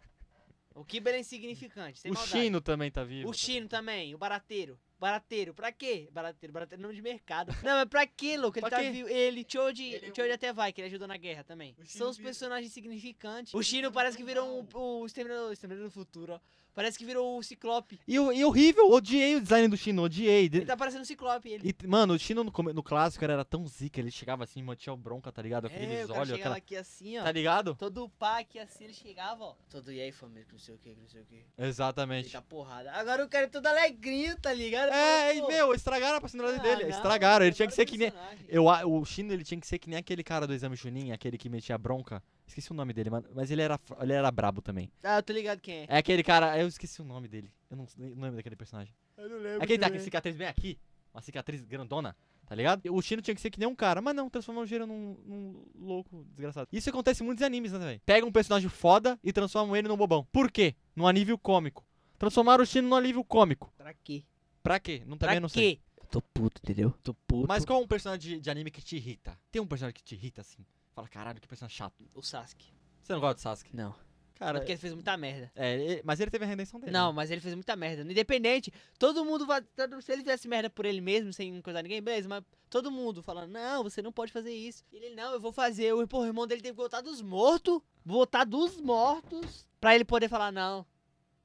Speaker 2: O Kiba era insignificante, sem
Speaker 1: O
Speaker 2: maldade.
Speaker 1: Shino também tá vivo.
Speaker 2: O Chino também, o barateiro. Barateiro, pra quê? Barateiro, barateiro, é nome de mercado. Não, mas pra quê, louco? Ele
Speaker 1: Pra
Speaker 2: tá
Speaker 1: quê?
Speaker 2: vivo. Ele, Choji,
Speaker 1: Ele é
Speaker 2: Choji até vai, que ele ajudou na guerra também.
Speaker 1: O Shino
Speaker 2: São os
Speaker 1: vira-
Speaker 2: personagens significantes. O Chino parece que virou o, o Exterminador, Exterminador do Futuro, ó. Parece que virou o Ciclope.
Speaker 1: E, o- e horrível, odiei o design do Shino, odiei. De-
Speaker 2: Ele tá parecendo o Ciclope, ele.
Speaker 1: E, mano, o Shino no, come- no clássico era tão zica, ele chegava assim, mantinha o bronca, tá ligado?
Speaker 2: É,
Speaker 1: Aqueles
Speaker 2: o cara
Speaker 1: olhos, aquela...
Speaker 2: chegava aqui assim, ó.
Speaker 1: Tá ligado?
Speaker 2: Todo pá aqui assim, ele chegava, ó. Todo e aí, família, que não sei o que, que não sei o que. Ele
Speaker 1: Exatamente.
Speaker 2: tá porrada. Agora o cara é todo alegrinho, tá ligado?
Speaker 1: É,
Speaker 2: Pô,
Speaker 1: e,
Speaker 2: pô.
Speaker 1: meu, estragaram a personalidade
Speaker 2: Ah,
Speaker 1: dele.
Speaker 2: não,
Speaker 1: estragaram, ele tinha que ser que
Speaker 2: agora o
Speaker 1: nem...
Speaker 2: personagem.
Speaker 1: Eu, a- o Shino, ele tinha que ser que nem aquele cara do Exame Chunin, aquele que metia bronca. Esqueci o nome dele, mano. Mas ele era, fra- ele era brabo também.
Speaker 2: Ah, eu tô ligado quem é.
Speaker 1: É aquele cara... Eu esqueci o nome dele. Eu não, não lembro daquele personagem.
Speaker 2: Eu não lembro.
Speaker 1: É que ele tá com cicatriz bem aqui, uma cicatriz grandona, tá ligado? O Shino tinha que ser que nem um cara, mas não, transformou o Jiro num, num louco desgraçado. Isso acontece em muitos animes, né, velho? Pega um personagem foda e transformam ele num bobão. Por quê? Num alívio cômico. Transformaram o Shino num alívio cômico.
Speaker 2: Pra quê?
Speaker 1: Pra quê? Não, também
Speaker 2: pra
Speaker 1: não sei.
Speaker 2: quê? Eu tô puto, entendeu? Tô puto.
Speaker 1: Mas qual é um personagem de, de anime que te irrita? Tem um personagem que te irrita, assim? Fala, caralho, que personagem chato.
Speaker 2: O Sasuke.
Speaker 1: Você não gosta do Sasuke?
Speaker 2: Não. É
Speaker 1: Cara,
Speaker 2: Porque ele fez muita merda.
Speaker 1: é, ele- mas ele teve a redenção dele.
Speaker 2: Não,
Speaker 1: né?
Speaker 2: mas ele fez muita merda. Independente, todo mundo. va- Todo, se ele fizesse merda por ele mesmo, sem coisar ninguém, beleza, mas todo mundo falando: não, você não pode fazer isso. Ele: não, eu vou fazer. O, pô, o irmão dele teve que voltar dos mortos. Voltar dos mortos. Pra ele poder falar: não,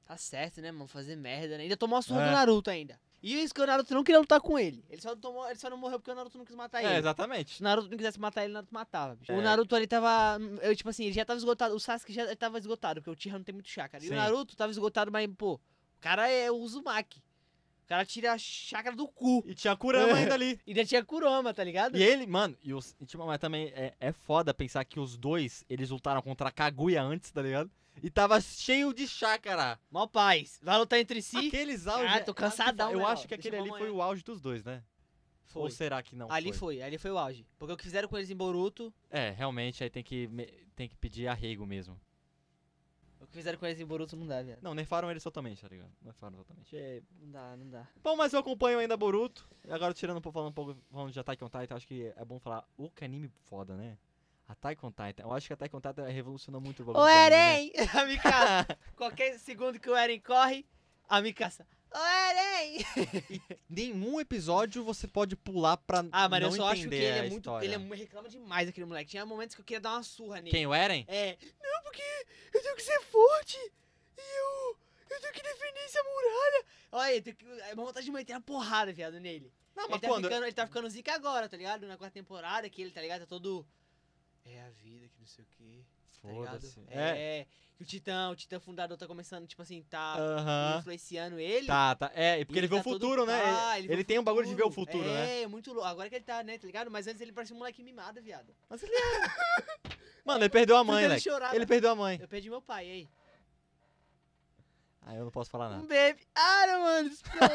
Speaker 2: tá certo, né, mano? Fazer merda, né? Ainda tomou a surra
Speaker 1: É.
Speaker 2: do Naruto ainda. E isso que o Naruto não queria lutar com ele. Ele só, tomou, ele só não morreu porque o Naruto não quis matar ele.
Speaker 1: É, exatamente.
Speaker 2: Se o Naruto não quisesse matar ele, o Naruto matava, bicho.
Speaker 1: É.
Speaker 2: O Naruto ali tava. Eu, tipo assim, ele já tava esgotado. O Sasuke já tava esgotado, porque o Tira não tem muito chácara. E
Speaker 1: Sim.
Speaker 2: o Naruto tava esgotado, mas, pô, o cara é o Uzumaki. O cara tira a chácara do cu.
Speaker 1: E tinha a Kurama
Speaker 2: É.
Speaker 1: ainda ali.
Speaker 2: E ainda tinha Kuroma, tá ligado?
Speaker 1: E ele, mano, e os, e, tipo, mas também é, é foda pensar que os dois, eles lutaram contra a Kaguya antes, tá ligado? E tava cheio de chácara.
Speaker 2: Mó paz. Vai lutar entre si.
Speaker 1: Aqueles auge...
Speaker 2: Ah, tô cansadão,
Speaker 1: Eu
Speaker 2: né,
Speaker 1: acho
Speaker 2: ó.
Speaker 1: que
Speaker 2: Deixa
Speaker 1: aquele
Speaker 2: eu
Speaker 1: ali
Speaker 2: mamar
Speaker 1: foi
Speaker 2: ela.
Speaker 1: o auge dos dois, né? Ou
Speaker 2: Foi.
Speaker 1: será que não
Speaker 2: ali foi. ali foi o auge. Porque o que fizeram com eles em Boruto.
Speaker 1: É, realmente, aí tem que, me- tem que pedir arrego mesmo.
Speaker 2: O que fizeram com eles em Boruto não dá, velho.
Speaker 1: Não, nerfaram ele totalmente, tá ligado? Nerfaram totalmente. É,
Speaker 2: Não dá, não dá.
Speaker 1: Bom, mas eu acompanho ainda Boruto. E Agora, tirando um pouco, falando um pouco falando de Attack on Titan, acho que é bom falar, o que anime foda, né? Attack on Titan. Eu acho que Attack on Titan revolucionou muito o bagulho
Speaker 2: Ô,
Speaker 1: dos animes, né?
Speaker 2: Eren! A Mikasa. Qualquer segundo que o Eren corre, a Mikasa. Ô, Eren!
Speaker 1: nenhum episódio você pode pular pra
Speaker 2: Ah, mas
Speaker 1: não
Speaker 2: eu só acho que
Speaker 1: entender
Speaker 2: ele
Speaker 1: a
Speaker 2: é muito.
Speaker 1: história.
Speaker 2: Ele é, mu- reclama demais aquele moleque. Tinha momentos que eu queria dar uma surra nele.
Speaker 1: Quem, o Eren?
Speaker 2: É. Não, porque eu tenho que ser forte. E eu. Eu tenho que defender essa muralha. Olha, eu tenho que. É uma vontade de meter uma porrada, viado, nele.
Speaker 1: Não,
Speaker 2: ele, tá ficando, ele tá ficando zica agora, tá ligado? Na quarta temporada, que ele, tá ligado? Tá todo. É a vida que não sei o quê. Tá ligado?
Speaker 1: Foda-se. É. ah,
Speaker 2: É. Que o Titã, o Titã fundador tá começando, tipo assim, tá
Speaker 1: Aham.
Speaker 2: influenciando ele.
Speaker 1: Tá, tá. É, e porque
Speaker 2: E
Speaker 1: ele, vê
Speaker 2: tá
Speaker 1: o
Speaker 2: todo-
Speaker 1: futuro, né?
Speaker 2: Ah,
Speaker 1: ele
Speaker 2: vê
Speaker 1: ele tem um bagulho de ver o futuro,
Speaker 2: é,
Speaker 1: né?
Speaker 2: É, muito louco. Agora que ele tá, né, tá ligado? Mas antes ele parecia um moleque mimado, viado.
Speaker 1: Mas ele é. Mano, ele perdeu a mãe,
Speaker 2: ele
Speaker 1: né?
Speaker 2: chorava.
Speaker 1: Ele perdeu a mãe.
Speaker 2: Eu perdi meu pai, e aí?
Speaker 1: Ah, eu não posso falar
Speaker 2: Um
Speaker 1: nada.
Speaker 2: baby. Ah, não, mano. explode.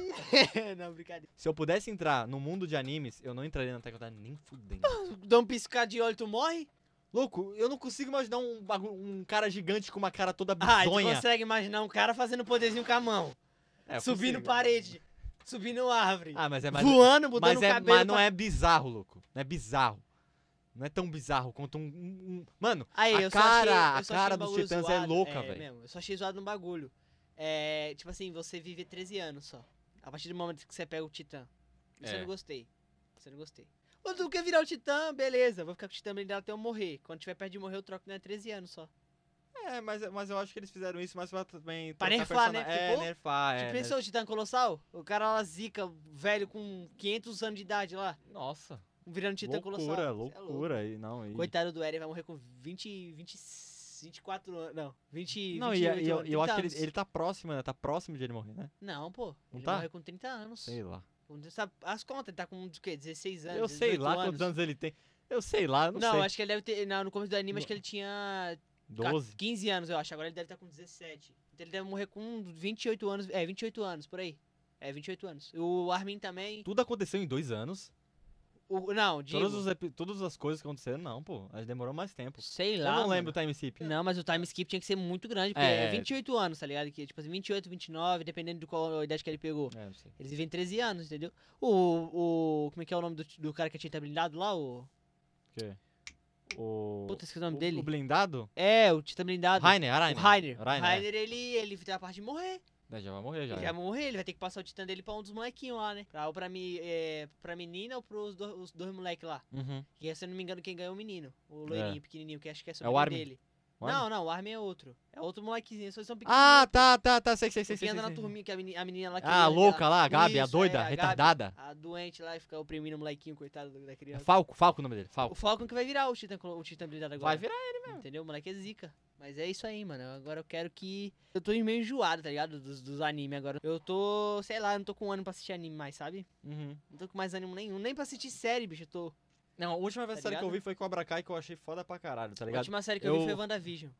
Speaker 2: não, brincadeira.
Speaker 1: Se eu pudesse entrar no mundo de animes, eu não entraria na Tekken nem fudendo.
Speaker 2: Dá um piscar de olho, tu morre?
Speaker 1: Louco, eu não consigo imaginar um, bagulho, um cara gigante com uma cara toda
Speaker 2: Ah, tu
Speaker 1: bizonha.
Speaker 2: consegue imaginar um cara fazendo poderzinho com a mão.
Speaker 1: É, eu
Speaker 2: subindo
Speaker 1: consigo.
Speaker 2: parede. Subindo árvore.
Speaker 1: Ah, mas é mais.
Speaker 2: voando, mudando
Speaker 1: Mas,
Speaker 2: o
Speaker 1: é,
Speaker 2: cabelo.
Speaker 1: mas não
Speaker 2: pra-
Speaker 1: é bizarro, louco. Não é bizarro. Não é tão bizarro quanto um. um- um- Mano,
Speaker 2: Aí,
Speaker 1: a
Speaker 2: Ah, eu só
Speaker 1: cara-
Speaker 2: achei- eu
Speaker 1: a
Speaker 2: só achei
Speaker 1: cara
Speaker 2: um
Speaker 1: dos
Speaker 2: bagulho
Speaker 1: Titãs é
Speaker 2: zoado.
Speaker 1: louca,
Speaker 2: É,
Speaker 1: velho.
Speaker 2: mesmo, Eu só achei zoado no bagulho. É, tipo assim, você vive 13 anos só. A partir do momento que você pega o Titã. Isso
Speaker 1: É.
Speaker 2: eu não gostei. Isso eu não gostei. Ou tu quer virar o Titã, beleza. Vou ficar com o Titã blindado até eu morrer. Quando tiver perto de morrer, eu troco, né? 13 anos só.
Speaker 1: É, mas, mas eu acho que eles fizeram isso mais pra também.
Speaker 2: Pra
Speaker 1: trocar
Speaker 2: nerfar, né?
Speaker 1: persona-
Speaker 2: Porque,
Speaker 1: É,
Speaker 2: pô,
Speaker 1: nerfar,
Speaker 2: Tu
Speaker 1: é.
Speaker 2: pensou o Titã Colossal? O cara lá zica, velho, com 500 anos de idade lá.
Speaker 1: né? Nossa.
Speaker 2: Virando Titã Colossal. Cê é
Speaker 1: loucura,
Speaker 2: louco.
Speaker 1: loucura. e não, e...
Speaker 2: Coitado do Eren, vai morrer com 20, 20, 24 anos. Não, 20,
Speaker 1: Não, e, é,
Speaker 2: 28
Speaker 1: e eu,
Speaker 2: anos,
Speaker 1: eu acho
Speaker 2: 30
Speaker 1: que ele,
Speaker 2: anos.
Speaker 1: ele tá próximo, né? Tá próximo de ele morrer, né?
Speaker 2: Não, pô.
Speaker 1: Não
Speaker 2: ele
Speaker 1: tá?
Speaker 2: morreu com 30 anos.
Speaker 1: Sei lá.
Speaker 2: Não sabe as contas, ele tá com o quê? 16 anos?
Speaker 1: Eu sei lá
Speaker 2: 18
Speaker 1: quantos anos ele tem. Eu sei lá, eu não,
Speaker 2: Não,
Speaker 1: sei.
Speaker 2: acho que ele deve ter. Não, no começo do anime,
Speaker 1: No-
Speaker 2: acho que ele tinha
Speaker 1: 12?
Speaker 2: 15 anos, eu acho. Agora ele deve estar com 17. Então ele deve morrer com 28 anos. É, 28 anos, por aí. É, 28 anos. O Armin também.
Speaker 1: Tudo aconteceu em dois anos.
Speaker 2: O, não, digo,
Speaker 1: Todas, os epi- todas as coisas que aconteceram, não, pô. Mas demorou mais tempo.
Speaker 2: Sei
Speaker 1: Eu
Speaker 2: lá.
Speaker 1: não
Speaker 2: mano.
Speaker 1: lembro o time skip.
Speaker 2: Não, mas o time skip tinha que ser muito grande, porque é,
Speaker 1: É.
Speaker 2: 28 anos, tá ligado? Que, tipo assim, 28, 29, dependendo de qual idade que ele pegou.
Speaker 1: É, não sei.
Speaker 2: Eles vivem 13 anos, entendeu? O. o como é que é o nome do, do cara que tinha tá blindado lá? O.
Speaker 1: O quê? O...
Speaker 2: Puta, esqueci o nome
Speaker 1: o-
Speaker 2: dele.
Speaker 1: O blindado?
Speaker 2: É, o Titã blindado.
Speaker 1: Rainer,
Speaker 2: O
Speaker 1: Rainer.
Speaker 2: Rainer.
Speaker 1: O
Speaker 2: Rainer,
Speaker 1: Rainer, é.
Speaker 2: ele, ele tem a parte de morrer.
Speaker 1: É, Já vai morrer, já.
Speaker 2: ele vai morrer, ele vai ter que passar o titã dele pra um dos molequinhos lá, né? Pra, ou pra, mi, é, pra menina ou pros dois, os dois moleques lá.
Speaker 1: Uhum.
Speaker 2: E aí, se eu não me engano, quem ganhou é o menino. O loirinho, pequenininho, que acho que é sobrinho
Speaker 1: Armin.
Speaker 2: dele.
Speaker 1: Olha.
Speaker 2: Não, não, o Armin é outro. É outro molequezinho, só eles são pequenininhos.
Speaker 1: Ah,
Speaker 2: pô.
Speaker 1: tá, tá, tá. Sei, sei, sei.
Speaker 2: Porque
Speaker 1: sei,
Speaker 2: anda
Speaker 1: sei,
Speaker 2: na
Speaker 1: sei.
Speaker 2: turminha, que a, meni- a menina lá que
Speaker 1: Ah,
Speaker 2: ele-
Speaker 1: louca lá, a Gabi, a
Speaker 2: Isso,
Speaker 1: doida,
Speaker 2: é, a Gabi.
Speaker 1: retardada.
Speaker 2: A doente lá e fica oprimindo o molequinho, coitado do- da
Speaker 1: É
Speaker 2: criança.
Speaker 1: Falco, Falco o nome dele. Falco.
Speaker 2: O Falcon que vai virar o Titã, o Titã blindado agora.
Speaker 1: Vai virar
Speaker 2: Entendeu? O moleque é zica. Mas é isso aí, mano. Agora eu quero que. Eu tô meio enjoado, tá ligado? Dos, dos animes agora. Eu tô, sei lá, eu não tô com ânimo pra assistir anime mais, sabe?
Speaker 1: Uhum.
Speaker 2: Não tô com mais ânimo nenhum. Nem pra assistir série, bicho. Eu tô.
Speaker 1: Não, a última
Speaker 2: Tá
Speaker 1: série que eu
Speaker 2: ligado?
Speaker 1: vi foi Cobra Kai que eu achei foda pra caralho, tá
Speaker 2: A
Speaker 1: ligado?
Speaker 2: última série que eu,
Speaker 1: Eu-
Speaker 2: vi foi WandaVision.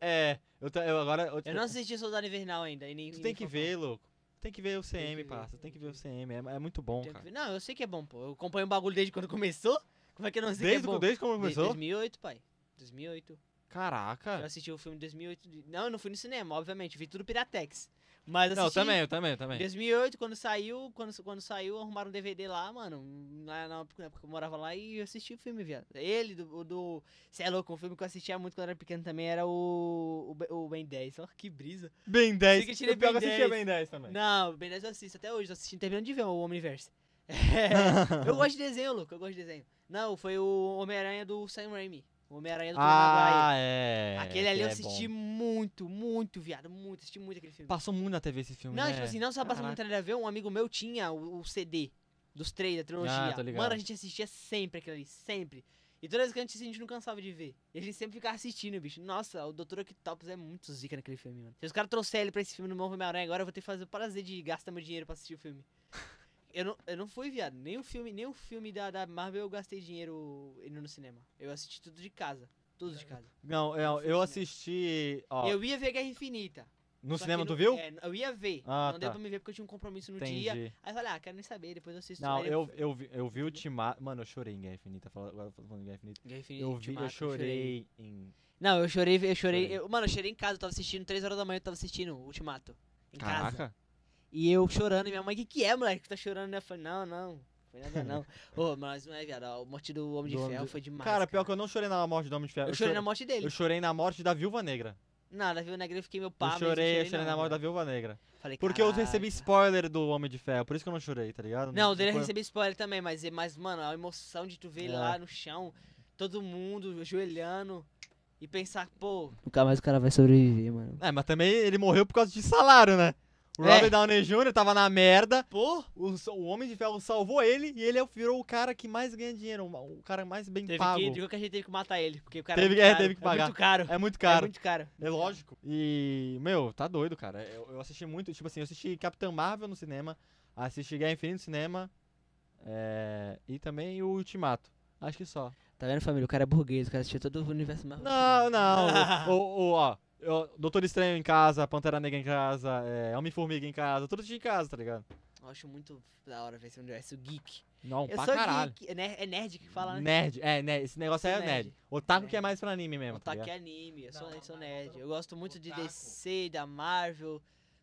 Speaker 1: É, eu, ta- eu agora. Eu,
Speaker 2: Eu não assisti Soldado Invernal ainda. E nem,
Speaker 1: Tu
Speaker 2: e
Speaker 1: tem
Speaker 2: nem
Speaker 1: que
Speaker 2: Falcão.
Speaker 1: ver, louco. Tem que ver o
Speaker 2: que
Speaker 1: CM,
Speaker 2: ver,
Speaker 1: parça. Tem
Speaker 2: tem
Speaker 1: que
Speaker 2: que
Speaker 1: ver o CM. É, é muito bom,
Speaker 2: Tenho que
Speaker 1: cara.
Speaker 2: ver. Não, eu sei que é bom, pô. Eu acompanho o bagulho desde quando começou. Como é que eu não sei
Speaker 1: Desde,
Speaker 2: que é bom?
Speaker 1: desde como
Speaker 2: De-
Speaker 1: começou?
Speaker 2: 2008, pai. 2008. Eu
Speaker 1: Caraca.
Speaker 2: assisti o filme em 2008. de- Não, eu não fui no cinema, obviamente. Vi tudo Piratex. Mas assisti...
Speaker 1: Não, eu também, eu também, eu também.
Speaker 2: 2008, quando saiu, quando, quando saiu, arrumaram um DVD lá, mano. Na, na época na época que eu morava lá e eu assisti o filme, viado. Ele, do. do Cê é louco, um filme que eu assistia muito quando era pequeno também era o. O, Ben- o Ben 10. Ó, que brisa.
Speaker 1: Bem
Speaker 2: Sei
Speaker 1: 10.
Speaker 2: que tirei
Speaker 1: eu pior que
Speaker 2: Ben
Speaker 1: assistia
Speaker 2: 10.
Speaker 1: bem 10 também.
Speaker 2: Não, o Ben 10 eu assisto até hoje, eu assisti terminando de ver o Omniverse. É, eu gosto de desenho, louco, eu gosto de desenho. Não, foi o Homem-Aranha do Sam Raimi. O Homem-Aranha do Tobey Maguire.
Speaker 1: Ah, é.
Speaker 2: Aquele ali
Speaker 1: que
Speaker 2: eu
Speaker 1: é
Speaker 2: assisti
Speaker 1: bom.
Speaker 2: muito, muito, viado, muito, assisti muito aquele filme.
Speaker 1: Passou muito na TV esse filme.
Speaker 2: Não,
Speaker 1: né?
Speaker 2: tipo assim, não só passando
Speaker 1: Caraca.
Speaker 2: muita nada a ver, um amigo meu tinha o, o CD dos três da trilogia.
Speaker 1: Ah, tô ligado.
Speaker 2: Mano, a gente assistia sempre aquilo ali, sempre. E todas as vezes que a gente assistia, a gente não cansava de ver. E a gente sempre ficava assistindo, bicho. Nossa, o Dr. Octopus é muito zica naquele filme, mano. Se os caras trouxerem ele pra esse filme no meu Homem-Aranha agora, eu vou ter que fazer o prazer de gastar meu dinheiro pra assistir o filme. Eu não, eu não fui, viado. Nem o filme, nem o filme da, da Marvel eu gastei dinheiro indo no cinema. Eu assisti tudo de casa. Tudo de casa.
Speaker 1: Não, eu,
Speaker 2: Não fui
Speaker 1: eu
Speaker 2: no
Speaker 1: assisti. Ó,
Speaker 2: Eu ia ver Guerra Infinita.
Speaker 1: no
Speaker 2: só que
Speaker 1: cinema,
Speaker 2: não-
Speaker 1: tu viu?
Speaker 2: É, eu ia ver.
Speaker 1: Ah,
Speaker 2: não deu
Speaker 1: tá.
Speaker 2: pra me ver porque eu tinha um compromisso no dia.
Speaker 1: Entendi.
Speaker 2: Aí eu falei, ah, quero nem saber, depois eu assisto.
Speaker 1: Não,
Speaker 2: Aí
Speaker 1: eu, eu, vi, eu vi o
Speaker 2: Entendeu?
Speaker 1: Ultimato. Mano, eu chorei em Guerra Infinita. fala- Agora eu tô falando em Guerra Infinita.
Speaker 2: Guerra Infinita
Speaker 1: Eu vi,
Speaker 2: Ultimato,
Speaker 1: eu chorei em.
Speaker 2: Não, eu chorei, eu chorei.
Speaker 1: Chorei.
Speaker 2: eu- mano, eu chorei em casa, eu tava assistindo, 3 horas da manhã eu tava assistindo o Ultimato. Em casa.
Speaker 1: Caraca.
Speaker 2: E eu chorando, e minha mãe, o que, que é, moleque? que tá chorando? né?" Eu falei, não, não. Foi nada, não. Ô, mas não é, viado. ó, A morte do Homem
Speaker 1: Do
Speaker 2: de
Speaker 1: Homem
Speaker 2: Ferro
Speaker 1: de-
Speaker 2: foi demais.
Speaker 1: Cara, pior que eu não chorei na morte do Homem de Ferro.
Speaker 2: Eu chorei
Speaker 1: chore-
Speaker 2: na morte dele.
Speaker 1: eu chorei na morte da Viúva Negra.
Speaker 2: Nada, viu? Na greve eu fiquei meu pá,
Speaker 1: eu chorei, eu chorei na morte
Speaker 2: moda
Speaker 1: da Viúva Negra.
Speaker 2: Falei,
Speaker 1: Porque eu recebi
Speaker 2: "Caraca."
Speaker 1: spoiler do Homem de Ferro, por isso que eu não chorei, tá ligado?
Speaker 2: Não, o dele
Speaker 1: foi-
Speaker 2: eu recebi spoiler também, mas, mas, mano, a emoção de tu ver ele
Speaker 1: É.
Speaker 2: lá no chão, todo mundo ajoelhando e pensar, pô. Nunca mais o cara vai sobreviver, mano.
Speaker 1: É, mas também ele morreu por causa de salário, né? O
Speaker 2: É.
Speaker 1: Robert Downey Jr. tava na merda,
Speaker 2: Pô!
Speaker 1: o, so- o Homem de Ferro salvou ele e ele virou o cara que mais ganha dinheiro, o o cara mais bem
Speaker 2: Teve
Speaker 1: pago.
Speaker 2: que, de qualquer jeito, teve que matar ele, porque o cara
Speaker 1: Teve-
Speaker 2: é, muito
Speaker 1: é,
Speaker 2: caro,
Speaker 1: teve que pagar.
Speaker 2: É muito caro.
Speaker 1: É muito caro.
Speaker 2: É muito caro.
Speaker 1: É lógico. E, meu, tá doido, cara. Eu, eu assisti muito, tipo assim, eu assisti Capitã Marvel no cinema, assisti Guerra Infinita no cinema, é, e também o Ultimato. Acho que só.
Speaker 2: Tá vendo, família? O cara é burguês, o cara assistiu todo o universo Marvel.
Speaker 1: Não, não. o, o- o- ó, eu- Doutor Estranho em casa, Pantera Negra em casa, é, Homem-Formiga em casa, tudo tinha em casa, tá ligado?
Speaker 2: Eu acho muito da hora ver esse universo geek.
Speaker 1: Não,
Speaker 2: eu
Speaker 1: pra
Speaker 2: sou
Speaker 1: caralho.
Speaker 2: geek. É ner- é nerd que fala, né?
Speaker 1: Nerd, é, né, esse negócio
Speaker 2: Sou
Speaker 1: é nerd.
Speaker 2: nerd.
Speaker 1: Otaku que é
Speaker 2: Nerd.
Speaker 1: mais pra anime mesmo, tá
Speaker 2: Otaku
Speaker 1: ligado?
Speaker 2: é anime, eu sou,
Speaker 1: Não,
Speaker 2: eu sou
Speaker 1: mas
Speaker 2: nerd.
Speaker 1: otaku-
Speaker 2: Eu gosto muito de
Speaker 1: otaku.
Speaker 2: DC, da Marvel.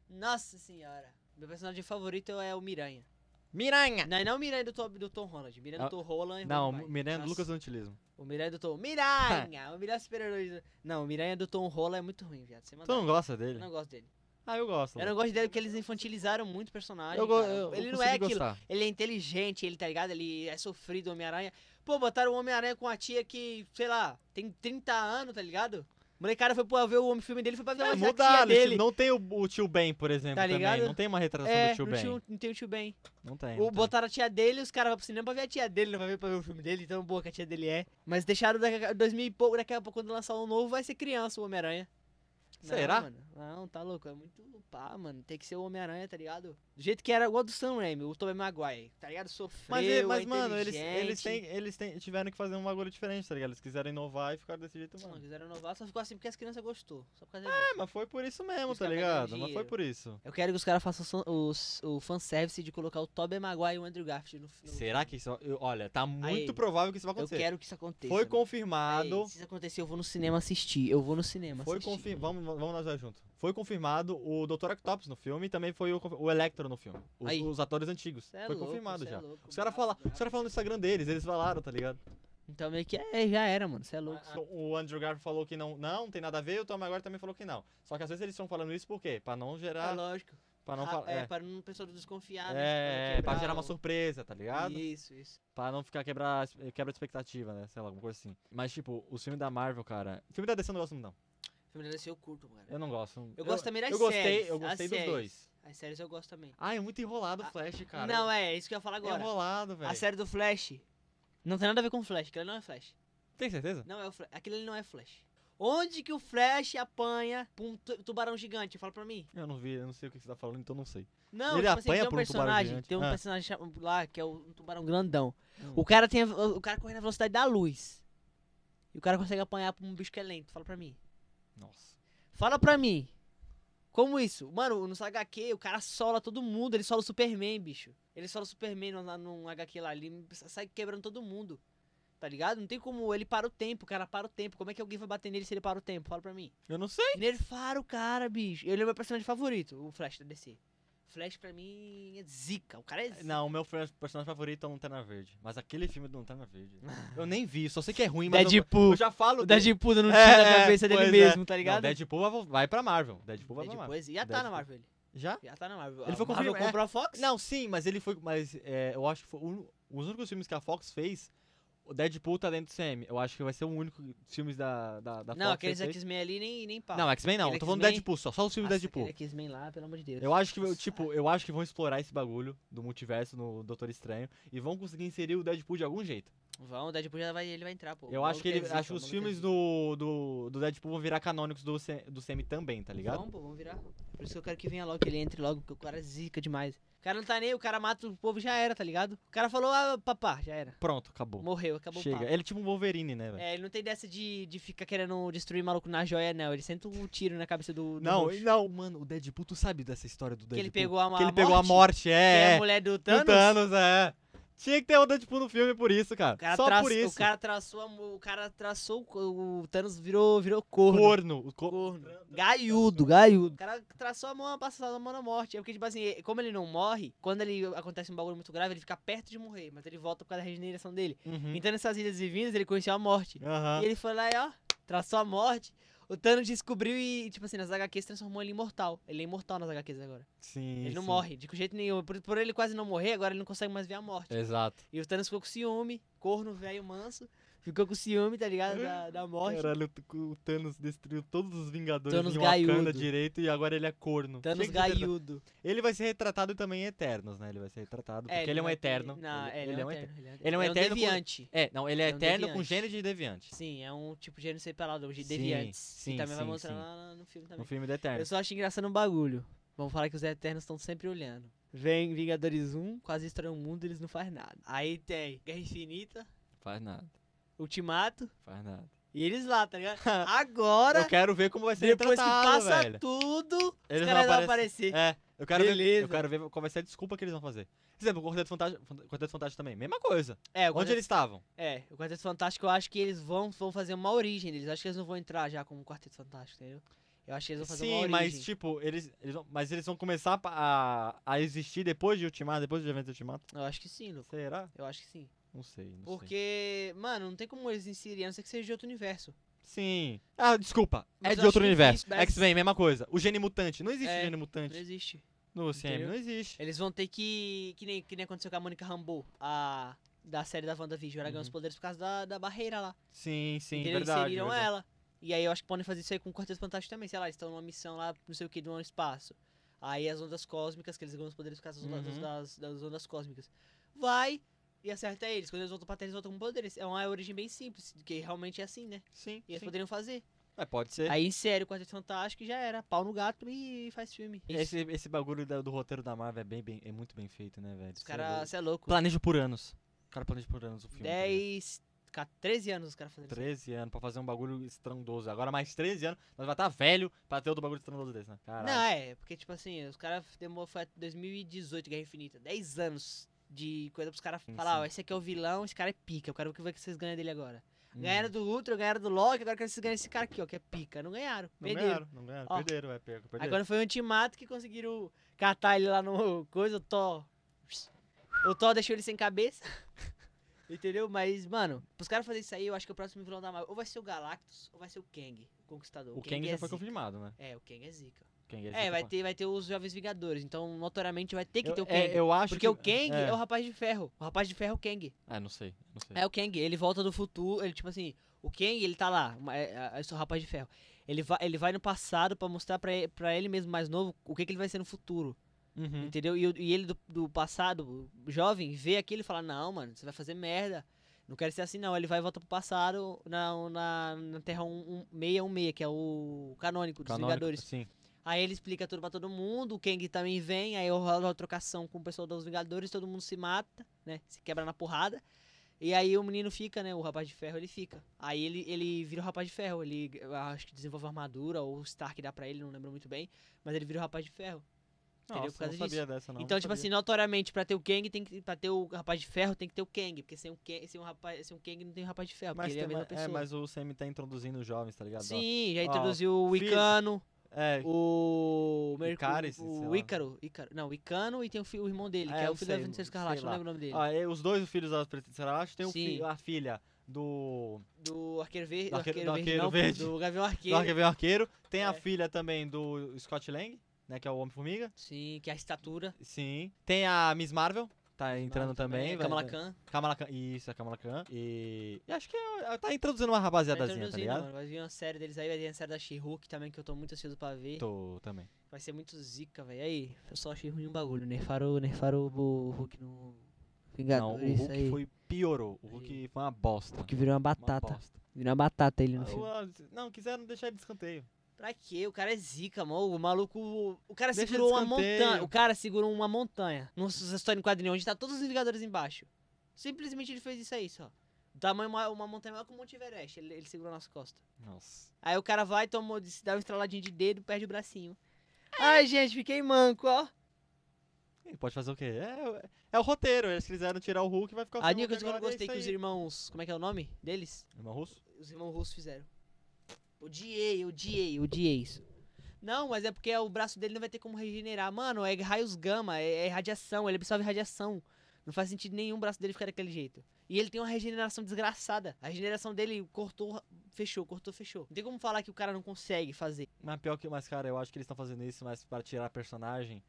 Speaker 2: Nossa senhora. Meu personagem favorito é o Miranha.
Speaker 1: Miranha!
Speaker 2: Não, não o Miranha do Tom, do Tom Holland. Miranha
Speaker 1: Ah,
Speaker 2: do Tom Holland.
Speaker 1: Não,
Speaker 2: Holland, vai.
Speaker 1: Miranha do
Speaker 2: Nossa,
Speaker 1: Lucas Antilismo.
Speaker 2: O Miranha do Tom... Miranha! o Miranha super-herói. do- Não, o Miranha do Tom Holland é muito ruim, viado. Você
Speaker 1: Tu não
Speaker 2: manda...
Speaker 1: gosta
Speaker 2: Eu
Speaker 1: dele?
Speaker 2: não gosto dele.
Speaker 1: Ah, eu gosto.
Speaker 2: Eu não gosto dele porque eles infantilizaram muito o personagem.
Speaker 1: go-
Speaker 2: cara.
Speaker 1: eu- eu
Speaker 2: um ele não é
Speaker 1: consigo
Speaker 2: aquilo.
Speaker 1: gostar.
Speaker 2: Ele é inteligente, ele tá ligado? Ele é sofrido, Homem-Aranha. Pô, botaram o Homem-Aranha com a tia que, sei lá, tem 30 anos, tá ligado? O molecada foi pra ver o homem filme dele, foi pra ver
Speaker 1: É,
Speaker 2: a
Speaker 1: mudar,
Speaker 2: tia dele.
Speaker 1: não tem o, o tio Ben, por exemplo,
Speaker 2: Tá
Speaker 1: também.
Speaker 2: ligado?
Speaker 1: Não tem uma retratação
Speaker 2: é,
Speaker 1: do tio
Speaker 2: não
Speaker 1: Ben.
Speaker 2: tinha o- não tem o tio Ben.
Speaker 1: Não tem.
Speaker 2: O,
Speaker 1: não tem.
Speaker 2: botaram a tia dele, os caras vão pro cinema pra ver a tia dele, não vai ver pra ver o filme dele, então boa que a tia dele é. Mas deixaram daqui a 2000 e pouco, daqui a pouco quando lançar um novo, vai ser criança o Homem-Aranha.
Speaker 1: Será?
Speaker 2: Não, mano. Não, tá louco. É muito pá, mano. Tem que ser o Homem-Aranha, tá ligado? Do jeito que era igual do Sam Raimi, o Tobey Maguire. Tá ligado? Sofreu,
Speaker 1: Mas, e- mas
Speaker 2: é
Speaker 1: mano, eles, eles,
Speaker 2: inteligente.
Speaker 1: têm, eles têm- tiveram que fazer um bagulho diferente, tá ligado? Eles quiseram inovar e ficaram desse jeito,
Speaker 2: Não,
Speaker 1: mano.
Speaker 2: quiseram inovar, só ficou assim porque as crianças gostou. Só por causa
Speaker 1: É,
Speaker 2: disso.
Speaker 1: mas foi por isso mesmo,
Speaker 2: Os
Speaker 1: tá
Speaker 2: caras ganham
Speaker 1: ligado? Mas foi
Speaker 2: dinheiro.
Speaker 1: por isso.
Speaker 2: Eu quero que os caras façam só os- o fanservice de colocar o Tobey Maguire e o Andrew Garfield no filme.
Speaker 1: Será que isso. eu- olha, tá muito
Speaker 2: Aí,
Speaker 1: provável que isso vai
Speaker 2: Eu
Speaker 1: acontecer.
Speaker 2: quero que isso né? aconteça.
Speaker 1: foi
Speaker 2: mano. Ei,
Speaker 1: confirmado.
Speaker 2: É, se isso acontecer, eu vou no cinema assistir. Eu vou no cinema
Speaker 1: Foi
Speaker 2: assistir. né?
Speaker 1: confirmado. Vamos, vamos nós dois juntos. Foi confirmado o Dr. Octopus no filme e também foi o, confi- o Electro no filme. Os,
Speaker 2: Aí.
Speaker 1: os atores antigos.
Speaker 2: Cê é
Speaker 1: foi
Speaker 2: louco,
Speaker 1: confirmado
Speaker 2: cê é
Speaker 1: já.
Speaker 2: louco,
Speaker 1: os caras
Speaker 2: brabo,
Speaker 1: falam
Speaker 2: brabo.
Speaker 1: cara fala no Instagram deles, eles falaram, tá ligado?
Speaker 2: Então meio que é, já era, mano. Você é louco.
Speaker 1: O Andrew Garfield falou que não, não, não tem nada a ver, o Tom Maguire também falou que não. Só que às vezes eles estão falando isso por quê? Pra não
Speaker 2: É
Speaker 1: gerar.
Speaker 2: lógico.
Speaker 1: ah, pra não
Speaker 2: Ra-
Speaker 1: falar.
Speaker 2: é,
Speaker 1: É,
Speaker 2: para não pessoa desconfiar, né?
Speaker 1: é, é, pra
Speaker 2: quebrar
Speaker 1: gerar uma
Speaker 2: o-
Speaker 1: surpresa, tá ligado?
Speaker 2: Isso, isso.
Speaker 1: Pra não ficar quebrar, quebra de expectativa, né? Sei lá, alguma coisa assim. Mas, tipo, os filmes da Marvel, cara. Filme da DC eu não gosto, muito, não.
Speaker 2: Filme da DC eu curto, cara.
Speaker 1: Eu não gosto.
Speaker 2: Eu gosto também das
Speaker 1: Eu gostei,
Speaker 2: séries,
Speaker 1: eu
Speaker 2: das
Speaker 1: gostei dos
Speaker 2: séries.
Speaker 1: dois.
Speaker 2: As séries eu gosto também.
Speaker 1: Ah, é muito enrolado o
Speaker 2: Ah,
Speaker 1: Flash, cara.
Speaker 2: não, é, é isso que eu ia falar
Speaker 1: é
Speaker 2: agora.
Speaker 1: enrolado, velho.
Speaker 2: a série do Flash não tem nada a ver com o Flash, aquilo ali não é Flash.
Speaker 1: Tem certeza?
Speaker 2: Não é o Flash. Aquilo ali não é Flash. Onde que o Flash apanha pra um tu- tubarão gigante? Fala pra mim.
Speaker 1: Eu não vi, eu não sei o que você tá falando, então não sei.
Speaker 2: Não,
Speaker 1: Ele
Speaker 2: tipo assim,
Speaker 1: apanha por
Speaker 2: tem um
Speaker 1: um tubarão
Speaker 2: personagem,
Speaker 1: gigante?
Speaker 2: tem um
Speaker 1: Ah.
Speaker 2: personagem chama- lá que é o- um tubarão grandão.
Speaker 1: Hum.
Speaker 2: O cara tem a- o cara corre na velocidade da luz. E o cara consegue apanhar pra um bicho que é lento. Fala pra mim.
Speaker 1: Nossa.
Speaker 2: Fala pra mim. Como isso? Mano, no HQ o cara sola todo mundo, ele sola o Superman, bicho. Ele sola o Superman no, num HQ lá, ele sai quebrando todo mundo. Tá ligado? Não tem como. Ele para o tempo, o cara para o tempo. Como é que alguém vai bater nele se ele para o tempo? Fala pra mim.
Speaker 1: Eu não sei.
Speaker 2: Nerfaram o cara, bicho. Ele é meu personagem favorito, o Flash da DC. Flash pra mim é zica. O cara é zica.
Speaker 1: Não, o meu fr- personagem favorito é o Lanterna Verde. Mas aquele filme do Lanterna Verde. eu nem vi, só sei que é ruim, mas. Eu,
Speaker 2: Deadpool.
Speaker 1: eu já falo
Speaker 2: O
Speaker 1: dele.
Speaker 2: Deadpool dando um tiro
Speaker 1: É,
Speaker 2: na cabeça dele
Speaker 1: pois é.
Speaker 2: mesmo, tá ligado?
Speaker 1: Não, Deadpool vai- vai pra Marvel. Deadpool vai pra
Speaker 2: Deadpool
Speaker 1: Marvel.
Speaker 2: é zica. Já tá na
Speaker 1: Deadpool.
Speaker 2: Marvel. ele.
Speaker 1: Já?
Speaker 2: Já tá na Marvel.
Speaker 1: Ele
Speaker 2: a
Speaker 1: foi
Speaker 2: Marvel
Speaker 1: confirmado, é.
Speaker 2: comprou a Fox?
Speaker 1: Não, sim, mas ele foi. Mas é, eu acho que foi. um- os únicos filmes que a Fox fez, o Deadpool tá dentro do CM. Eu acho que vai ser o único filmes da, da, da
Speaker 2: não,
Speaker 1: Fox.
Speaker 2: aqueles
Speaker 1: que ele fez.
Speaker 2: X-Men ali nem, nem pau.
Speaker 1: Não, X-Men Ah, não.
Speaker 2: Aquele
Speaker 1: Eu tô falando
Speaker 2: X-Men-
Speaker 1: Deadpool só. Só os filmes
Speaker 2: Nossa,
Speaker 1: Deadpool.
Speaker 2: aquele X-Men lá, pelo amor de Deus.
Speaker 1: Eu acho que, eu,
Speaker 2: Nossa.
Speaker 1: tipo, eu acho que vão explorar esse bagulho do multiverso no Doutor Estranho e vão conseguir inserir o Deadpool de algum jeito.
Speaker 2: Vão, o Deadpool já vai, ele vai entrar, pô.
Speaker 1: eu acho que, ele, acho que os filmes do, do, do Deadpool vão virar canônicos do, C- do CM também, tá ligado?
Speaker 2: Vamos, pô, vamos virar. Por isso que eu quero que venha logo, que ele entre logo, porque o cara é zica demais. O cara não tá nem, o cara mata o povo, já era, tá ligado? O cara falou, ah, papá, já era.
Speaker 1: Pronto, acabou.
Speaker 2: Morreu, acabou o
Speaker 1: Chega.
Speaker 2: papo.
Speaker 1: Ele é tipo um Wolverine, né, velho?
Speaker 2: É, ele não tem dessa de, de ficar querendo destruir maluco na joia, não. Ele senta um tiro na cabeça do. do
Speaker 1: Não,
Speaker 2: roxo.
Speaker 1: não, mano, o Deadpool, tu sabe dessa história do
Speaker 2: que
Speaker 1: Deadpool?
Speaker 2: ele pegou a,
Speaker 1: Que ele pegou a morte,
Speaker 2: que
Speaker 1: é.
Speaker 2: é
Speaker 1: é.
Speaker 2: a mulher do
Speaker 1: Do
Speaker 2: Thanos.
Speaker 1: Thanos, é. Tinha que ter o Deadpool no filme por isso, cara.
Speaker 2: O cara,
Speaker 1: Só
Speaker 2: tra-
Speaker 1: por isso.
Speaker 2: O cara traçou, a mu- o cara traçou, o o Thanos virou, virou corno.
Speaker 1: Corno. O co-
Speaker 2: Corno. Gaiudo, gaiudo. O cara traçou a mão, passou a mão na morte. É porque, tipo assim, como ele não morre, quando ele acontece um bagulho muito grave, ele fica perto de morrer, mas ele volta por causa da regeneração dele.
Speaker 1: Uhum.
Speaker 2: Então, nessas ilhas divinas, ele conheceu a morte.
Speaker 1: Aham.
Speaker 2: E ele foi lá e, ó, traçou a morte. O Thanos descobriu e, tipo assim, nas HQs transformou ele em imortal. Ele é imortal nas HQs agora.
Speaker 1: Sim.
Speaker 2: ele não
Speaker 1: sim.
Speaker 2: morre, de jeito nenhum. Por, por ele quase não morrer, agora ele não consegue mais ver a morte.
Speaker 1: Exato.
Speaker 2: E o Thanos ficou com ciúme, corno velho manso. Ficou com ciúme, tá ligado? Da, da morte.
Speaker 1: Caralho, o o Thanos destruiu todos os Vingadores
Speaker 2: Thanos
Speaker 1: em Wakanda
Speaker 2: gaiudo.
Speaker 1: direito e agora ele é corno.
Speaker 2: Thanos
Speaker 1: Tinha que ser verdade.
Speaker 2: gaiudo.
Speaker 1: Ele vai ser retratado também em Eternos, né? Ele vai ser retratado, porque ele é um
Speaker 2: vai ter-
Speaker 1: eterno.
Speaker 2: Não, é, ele, é um eterno.
Speaker 1: Ele é um eterno com-
Speaker 2: deviante.
Speaker 1: É, não, ele é,
Speaker 2: Ele é um
Speaker 1: eterno com
Speaker 2: deviante.
Speaker 1: gênero de deviante.
Speaker 2: Sim, é um tipo de gênero separado, de
Speaker 1: Sim,
Speaker 2: deviantes.
Speaker 1: sim,
Speaker 2: que também vai
Speaker 1: sim,
Speaker 2: mostrar
Speaker 1: sim.
Speaker 2: lá no filme
Speaker 1: No
Speaker 2: também.
Speaker 1: filme do Eterno.
Speaker 2: Eu só acho engraçado um bagulho. Vamos falar que os Eternos estão sempre olhando. Vem Vingadores 1, quase estranho o mundo, eles não fazem nada. Aí tem Guerra Infinita,
Speaker 1: Faz nada,
Speaker 2: Ultimato,
Speaker 1: faz nada.
Speaker 2: e eles lá, tá ligado? Agora,
Speaker 1: eu quero ver como vai ser
Speaker 2: depois É que
Speaker 1: retratado,
Speaker 2: passa
Speaker 1: velho.
Speaker 2: tudo,
Speaker 1: Eles vão
Speaker 2: os caras vão
Speaker 1: aparecer.
Speaker 2: aparecer.
Speaker 1: É, eu quero, ver, eu
Speaker 2: Beleza.
Speaker 1: quero ver qual vai ser a desculpa que eles vão fazer. Por exemplo, o Quarteto Fantástico, Fant- Quarteto Fantástico também, mesma coisa.
Speaker 2: É, o
Speaker 1: Onde eles estavam?
Speaker 2: É, o Quarteto Fantástico eu acho que eles vão, vão fazer uma origem deles. Eu acho que eles não vão entrar já como Quarteto Fantástico, entendeu? Eu acho que eles vão fazer uma
Speaker 1: Sim,
Speaker 2: origem.
Speaker 1: mas tipo, eles, eles vão, mas eles vão começar pa- a, a existir depois de Ultimato, depois do evento de Ultimato?
Speaker 2: Eu acho que sim, Lu.
Speaker 1: Será?
Speaker 2: Eu acho que sim.
Speaker 1: Não sei, não sei.
Speaker 2: Porque, mano, não tem como eles inserirem, a não ser que seja de outro universo.
Speaker 1: Sim. Ah, desculpa.
Speaker 2: Mas
Speaker 1: é
Speaker 2: eu
Speaker 1: de
Speaker 2: acho
Speaker 1: outro universo.
Speaker 2: difícil, mas-
Speaker 1: X-Men, mesma coisa. O gene mutante. Não existe
Speaker 2: É,
Speaker 1: gene
Speaker 2: Não
Speaker 1: mutante
Speaker 2: existe.
Speaker 1: no CM.
Speaker 2: entendeu?
Speaker 1: Não existe.
Speaker 2: Eles vão ter que. Que nem, que nem aconteceu com a Mônica Rambeau, a. Da série da WandaVision. Ela ganhou os
Speaker 1: Uhum.
Speaker 2: poderes por causa da, da barreira lá.
Speaker 1: Sim, sim,
Speaker 2: Entendeu?
Speaker 1: verdade.
Speaker 2: Inseriram
Speaker 1: verdade.
Speaker 2: ela. E aí eu acho que podem fazer isso aí com o Quarteto Fantástico também. Sei lá, eles estão numa missão lá, não sei o que, de um espaço. Aí as ondas cósmicas, que eles ganham os poderes por causa das, ondas-
Speaker 1: Uhum.
Speaker 2: das, das ondas cósmicas. Vai e acerta eles. Quando eles voltam pra Terra, eles voltam com poderes. É uma origem bem simples, que realmente é assim, né?
Speaker 1: Sim,
Speaker 2: E eles
Speaker 1: sim.
Speaker 2: poderiam fazer.
Speaker 1: É, pode ser.
Speaker 2: Aí insere o Quarteto Fantástico e já era. Pau no gato e faz filme.
Speaker 1: Esse, esse bagulho da- do roteiro da Marvel é, bem, bem- é muito bem feito, né, velho?
Speaker 2: Os
Speaker 1: Cê é louco.
Speaker 2: caras, você é louco.
Speaker 1: Planeja por anos. O cara planeja por anos o filme. tá ligado?
Speaker 2: 10, 13 anos os caras fazendo isso.
Speaker 1: 13 anos pra fazer um bagulho estrandoso. Agora mais 13 anos, nós vai estar velho pra ter outro bagulho estrandoso desse, né? Caralho.
Speaker 2: Não, é, porque, tipo assim, os caras demorou, foi até 2018, Guerra Infinita, 10 anos de coisa pros caras
Speaker 1: Sim,
Speaker 2: falar, ó,
Speaker 1: sim.
Speaker 2: esse aqui é o vilão, esse cara é pica, eu quero ver o que vai que vocês ganham dele agora.
Speaker 1: Hum.
Speaker 2: Ganharam do Ultra, ganharam do Loki, agora eu quero que vocês ganhem esse cara aqui, ó, que é pica. Não ganharam,
Speaker 1: Não
Speaker 2: perderam.
Speaker 1: ganharam, não ganharam.
Speaker 2: Ó.
Speaker 1: Perderam, é, per- perderam.
Speaker 2: Agora foi o Antimato que conseguiram catar ele lá no coisa, o Thor. O Thor deixou ele sem cabeça. Entendeu? Mas, mano, pros caras fazerem isso aí, eu acho que o próximo vilão da Marvel ou vai ser o Galactus ou vai ser o Kang, o Conquistador.
Speaker 1: o Kang
Speaker 2: é
Speaker 1: já foi
Speaker 2: zica.
Speaker 1: confirmado, né?
Speaker 2: É, o Kang é zica.
Speaker 1: Kang
Speaker 2: É, vai
Speaker 1: zica,
Speaker 2: ter, vai ter os Jovens Vingadores, então notoriamente vai ter que
Speaker 1: pô.
Speaker 2: ter o
Speaker 1: Eu- é,
Speaker 2: Kang.
Speaker 1: eu acho
Speaker 2: porque o
Speaker 1: que-
Speaker 2: Kang é.
Speaker 1: é.
Speaker 2: o Rapaz de Ferro. O Rapaz de Ferro é o Kang.
Speaker 1: Ah, não sei, não sei.
Speaker 2: É o Kang, ele volta do futuro, ele tipo assim, o Kang, ele tá lá, ma- é, é, eu sou o Rapaz de Ferro. Ele vai, ele vai no passado pra mostrar pra ele, pra ele mesmo mais novo o que, que ele vai ser no futuro,
Speaker 1: Uhum.
Speaker 2: entendeu? E, o- e ele do, do passado, o jovem, vê aquilo e fala, não, mano, você vai fazer merda. Não quero ser assim, não. Ele vai e volta pro passado na, na, na Terra 1- 616, que é o canônico dos
Speaker 1: Canônico,
Speaker 2: Vingadores.
Speaker 1: Sim.
Speaker 2: Aí ele explica tudo pra todo mundo, o Kang também vem, aí rola uma trocação com o pessoal dos Vingadores, todo mundo se mata, né? Se quebra na porrada. E aí o menino fica, né? O rapaz de ferro, ele fica. Aí ele, ele vira o rapaz de ferro, ele eu acho que desenvolve a armadura, ou o Stark dá pra ele, não lembro muito bem, mas ele vira o rapaz de ferro. Entendeu? Por
Speaker 1: Nossa, não
Speaker 2: causa
Speaker 1: sabia dessa, não.
Speaker 2: então,
Speaker 1: não
Speaker 2: tipo assim,
Speaker 1: sabia.
Speaker 2: notoriamente, pra ter o Kang, tem que, pra ter o rapaz de ferro, tem que ter o Kang, porque sem o Kang, sem o rapaz, sem o Kang não tem o rapaz de ferro,
Speaker 1: Mas,
Speaker 2: porque ele é a
Speaker 1: tem-
Speaker 2: mesma
Speaker 1: é,
Speaker 2: pessoa.
Speaker 1: mas o Sam tá introduzindo os jovens, tá ligado? Ó,
Speaker 2: Sim, já
Speaker 1: Ó,
Speaker 2: introduziu o
Speaker 1: filho-
Speaker 2: Wicano.
Speaker 1: É,
Speaker 2: O. Merc-
Speaker 1: Icaris, sei
Speaker 2: o, o
Speaker 1: lá.
Speaker 2: Ícaro, Ícaro. Não, o Icano e tem o, fi- o irmão dele,
Speaker 1: É,
Speaker 2: que é
Speaker 1: eu
Speaker 2: o filho da
Speaker 1: sei,
Speaker 2: Feiticeira
Speaker 1: sei
Speaker 2: Escarlate,
Speaker 1: lá.
Speaker 2: não lembro o nome dele.
Speaker 1: ó, é, os dois filhos da Feiticeira Acho tem o fi-
Speaker 2: Sim.
Speaker 1: a filha do.
Speaker 2: Do Arqueiro Verde.
Speaker 1: Do Arqueiro-
Speaker 2: Do Arqueiro,
Speaker 1: do Arqueiro
Speaker 2: Verde, não,
Speaker 1: Verde.
Speaker 2: Do Gavião
Speaker 1: Do
Speaker 2: Arqueiro.
Speaker 1: Arqueiro Arqueiro. Tem a
Speaker 2: É.
Speaker 1: filha também do Scott Lang, né? Que é o Homem-Formiga.
Speaker 2: Sim, que é a estatura.
Speaker 1: Sim. Tem a Miss Marvel, tá entrando
Speaker 2: Marvel
Speaker 1: também.
Speaker 2: é
Speaker 1: vai-
Speaker 2: Kamala Khan.
Speaker 1: Kamala Khan. Isso, a Kamala Khan. E. e acho que é- tá introduzindo uma rapaziadazinha, tá
Speaker 2: Introduzindo, né?
Speaker 1: ligado?
Speaker 2: mano, Vai vir uma série deles aí, vai vir a série da She-Hulk também, que eu tô muito ansioso pra ver.
Speaker 1: Tô também.
Speaker 2: Vai ser muito zica, velho. Aí, eu só achei ruim um bagulho. Nerfaram, nerfaram o Hulk no
Speaker 1: Não, o
Speaker 2: Vingador. isso
Speaker 1: Hulk
Speaker 2: aí.
Speaker 1: foi piorou. O Hulk foi uma bosta.
Speaker 2: Que virou uma
Speaker 1: Uma
Speaker 2: batata.
Speaker 1: bosta.
Speaker 2: Virou uma batata ele no
Speaker 1: Ah,
Speaker 2: filme.
Speaker 1: o- Não, quiseram deixar ele de escanteio.
Speaker 2: Pra quê? O cara é zica, mano. O maluco. O cara
Speaker 1: Deixa
Speaker 2: segurou
Speaker 1: de
Speaker 2: uma
Speaker 1: escanteio.
Speaker 2: montanha. O cara segurou uma montanha. Nossa história em quadrinho, onde tá todos os Vingadores embaixo. Simplesmente ele fez isso aí, só. O Tamanho maior- uma montanha maior que o Monte Everest. Ele, ele segurou nas costas.
Speaker 1: Nossa.
Speaker 2: Aí o cara vai, tomou, dá uma estraladinha de dedo, perde o bracinho. Ai, gente, fiquei manco, ó.
Speaker 1: Ele pode fazer o quê? É, o- é o roteiro. Eles quiseram tirar o Hulk e vai ficar
Speaker 2: A
Speaker 1: sem o Hulk
Speaker 2: única coisa que eu não
Speaker 1: agora, é
Speaker 2: gostei
Speaker 1: isso
Speaker 2: que os
Speaker 1: aí.
Speaker 2: irmãos. Como é que é o nome deles?
Speaker 1: Irmão russo?
Speaker 2: Os irmãos russos fizeram. Odiei, odiei, odiei isso. Não, mas é porque o braço dele não vai ter como regenerar. Mano, é raios gama, é, é radiação, ele absorve radiação. Não faz sentido nenhum o braço dele ficar daquele jeito. E ele tem uma regeneração desgraçada. A regeneração dele cortou, fechou, cortou, fechou. Não tem como falar que o cara não consegue fazer.
Speaker 1: Mas pior que, mas cara, eu acho que eles estão fazendo isso mais para tirar personagem.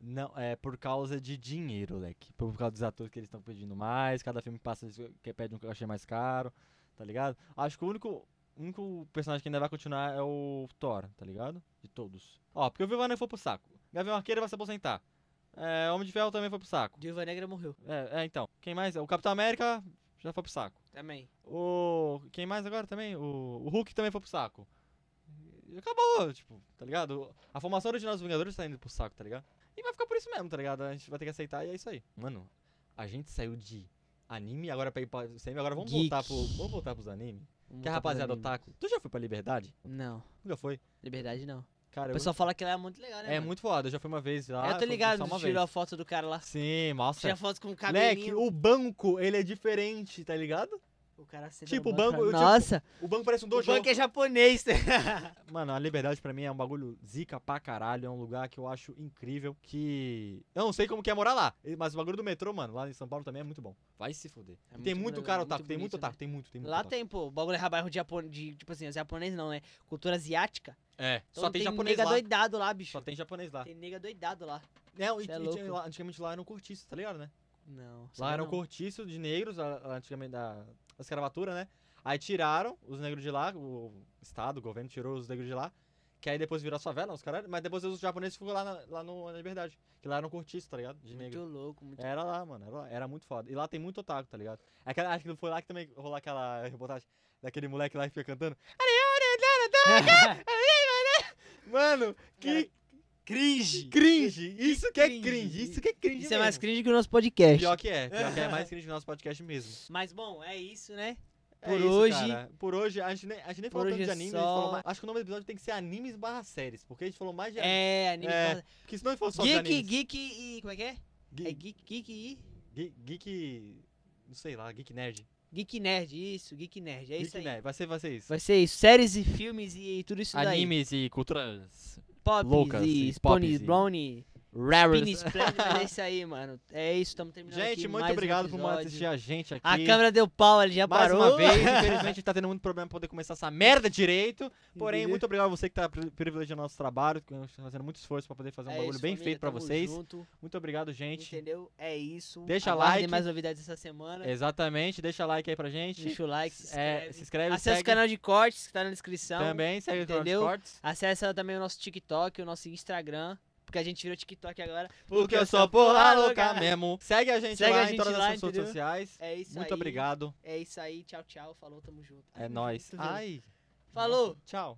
Speaker 1: Não, é por causa de dinheiro, leque. Por causa dos atores que eles estão pedindo mais, cada filme que passa eles que pede um cachê mais caro, tá ligado? Acho que o único, o único personagem que ainda vai continuar é o Thor, tá ligado? De todos. Ó, porque o Viúva Negra foi pro saco. Gavião Arqueiro vai se aposentar. É, Homem de Ferro também foi pro saco.
Speaker 2: Viúva Negra morreu.
Speaker 1: É, é, então. Quem mais? O Capitão América já foi pro saco.
Speaker 2: Também.
Speaker 1: O. Quem mais agora também? O, o Hulk também foi pro saco. E Acabou, tipo, tá ligado? A formação original dos Vingadores tá indo pro saco, tá ligado? E vai ficar por isso mesmo, tá ligado? A gente vai ter que aceitar e é isso aí. Mano, a gente saiu de anime agora pra ir pra cinema, agora vamos
Speaker 2: Geek.
Speaker 1: voltar pro. Vamos voltar pros animes. Que a rapaziada otaku. Tu já foi pra Liberdade?
Speaker 2: Não,
Speaker 1: Nunca foi?
Speaker 2: liberdade não.
Speaker 1: Cara,
Speaker 2: O
Speaker 1: eu-
Speaker 2: pessoal fala que ela é muito legal, né?
Speaker 1: é
Speaker 2: mano?
Speaker 1: muito foda. Eu já fui uma vez lá.
Speaker 2: Eu tô
Speaker 1: fui
Speaker 2: ligado,
Speaker 1: só uma
Speaker 2: tirou a
Speaker 1: vez.
Speaker 2: foto do cara lá.
Speaker 1: Sim,
Speaker 2: Tira
Speaker 1: nossa.
Speaker 2: foto com o
Speaker 1: Leque,
Speaker 2: cabelinho.
Speaker 1: o banco, ele é diferente, tá ligado?
Speaker 2: O cara senta
Speaker 1: Tipo,
Speaker 2: no
Speaker 1: o
Speaker 2: banco,
Speaker 1: banco-
Speaker 2: fala,
Speaker 1: eu, tipo,
Speaker 2: Nossa,
Speaker 1: O banco parece um
Speaker 2: o
Speaker 1: dojo.
Speaker 2: banco é japonês.
Speaker 1: Mano, a liberdade pra mim é um bagulho zica pra caralho. É um lugar que eu acho incrível. Que. Eu não sei como que é morar lá. e- Mas o bagulho do metrô, mano, lá em São Paulo também é muito bom. Vai se fuder.
Speaker 2: É
Speaker 1: E tem
Speaker 2: muito
Speaker 1: muito
Speaker 2: legal,
Speaker 1: cara
Speaker 2: muito
Speaker 1: otaku, tem muito
Speaker 2: bonito, né?
Speaker 1: otaku, tem muito, tem muito.
Speaker 2: Lá
Speaker 1: otaku.
Speaker 2: tem, pô, o bagulho é bairro de, Japon... de, tipo assim, japonês não, né? Cultura asiática.
Speaker 1: É,
Speaker 2: Então
Speaker 1: só tem, japonês
Speaker 2: nega
Speaker 1: lá.
Speaker 2: doidado lá, bicho.
Speaker 1: Só tem japonês lá.
Speaker 2: Tem nega doidado lá.
Speaker 1: Não, e,
Speaker 2: Cê é
Speaker 1: e tinha
Speaker 2: louco.
Speaker 1: lá- antigamente lá eram cortiços, tá ligado, né?
Speaker 2: Não.
Speaker 1: Lá eram
Speaker 2: não.
Speaker 1: cortiços de negros, a- a- antigamente da, da escravatura, né? Aí tiraram os negros de lá, o Estado, o governo tirou os negros de lá. Que aí depois virou as favelas, os caras. Mas depois os japoneses ficou lá, na, lá no, na Liberdade. Que lá eram cortiços, tá ligado? De É. negro.
Speaker 2: Muito louco, muito
Speaker 1: Era lá, mano. Era, lá, era muito foda. E lá tem muito otaku, tá ligado? Aquela, acho que foi lá que também rolou aquela reportagem daquele moleque lá que fica cantando. "Ariana, Ariana, Mano, que
Speaker 2: Cringe.
Speaker 1: cringe. Isso que é
Speaker 2: cringe.
Speaker 1: cringe. Isso que é cringe
Speaker 2: Isso é mais
Speaker 1: mesmo.
Speaker 2: cringe que o nosso podcast.
Speaker 1: Pior que é. Pior que é mais cringe do nosso podcast mesmo.
Speaker 2: Mas bom, é isso, né?
Speaker 1: É
Speaker 2: Por
Speaker 1: isso,
Speaker 2: hoje-
Speaker 1: cara. Por hoje, a gente nem, a gente nem
Speaker 2: Por
Speaker 1: falou tanto
Speaker 2: hoje
Speaker 1: de
Speaker 2: é
Speaker 1: anime. a gente
Speaker 2: só.
Speaker 1: falou mais- acho que o nome do episódio tem que ser animes barra séries. Porque a gente falou mais de anime.
Speaker 2: É, anime.
Speaker 1: É,
Speaker 2: fala-
Speaker 1: Porque se não for só de
Speaker 2: Geek,
Speaker 1: animes.
Speaker 2: geek e. Como é que é? É
Speaker 1: Geek,
Speaker 2: geek, geek e.
Speaker 1: geek, Não sei lá, geek nerd.
Speaker 2: Geek nerd, isso, geek nerd. É
Speaker 1: geek
Speaker 2: isso aí.
Speaker 1: nerd. Vai ser, vai ser isso.
Speaker 2: Vai ser isso. Séries e filmes e tudo isso daí.
Speaker 1: Animes e culturas.
Speaker 2: Pops
Speaker 1: loucas
Speaker 2: e
Speaker 1: e
Speaker 2: Spawny
Speaker 1: pops e-
Speaker 2: Brownie. Pini
Speaker 1: Rares.
Speaker 2: Splendid, mas é isso aí, mano. É isso, estamos terminando aqui
Speaker 1: Gente, muito
Speaker 2: mais um
Speaker 1: obrigado por
Speaker 2: episódio.
Speaker 1: assistir a gente aqui.
Speaker 2: A câmera deu pau, ele já
Speaker 1: Mais
Speaker 2: parou.
Speaker 1: uma vez, infelizmente a gente tá tendo muito problema pra poder começar essa merda direito. Porém,
Speaker 2: Entendeu?
Speaker 1: muito obrigado a você que tá pri- privilegiando nosso trabalho, que está fazendo muito esforço pra poder fazer um
Speaker 2: É
Speaker 1: bagulho
Speaker 2: isso,
Speaker 1: bem
Speaker 2: família,
Speaker 1: feito pra
Speaker 2: tamo
Speaker 1: vocês.
Speaker 2: junto,
Speaker 1: Muito obrigado, gente.
Speaker 2: entendeu? É isso.
Speaker 1: Deixa
Speaker 2: Aguardem
Speaker 1: like.
Speaker 2: mais novidades essa semana.
Speaker 1: Exatamente, deixa like aí pra gente.
Speaker 2: Deixa o like, se
Speaker 1: É,
Speaker 2: inscreve.
Speaker 1: se inscreve,
Speaker 2: Acesse
Speaker 1: segue
Speaker 2: o canal de cortes que tá na descrição.
Speaker 1: também, segue o canal
Speaker 2: entendeu?
Speaker 1: de cortes.
Speaker 2: Acessa também o nosso TikTok, o nosso Instagram. Porque a gente virou TikTok agora.
Speaker 1: Porque eu sou porra louca mesmo. Segue a gente
Speaker 2: Segue
Speaker 1: lá
Speaker 2: a
Speaker 1: em
Speaker 2: gente
Speaker 1: todas
Speaker 2: lá,
Speaker 1: as redes
Speaker 2: entendeu?
Speaker 1: sociais.
Speaker 2: É isso aí.
Speaker 1: Muito obrigado,
Speaker 2: É isso aí. Tchau, tchau. Falou, tamo junto.
Speaker 1: é nóis.
Speaker 2: Ai, meu
Speaker 1: Ai,
Speaker 2: Falou.
Speaker 1: tchau.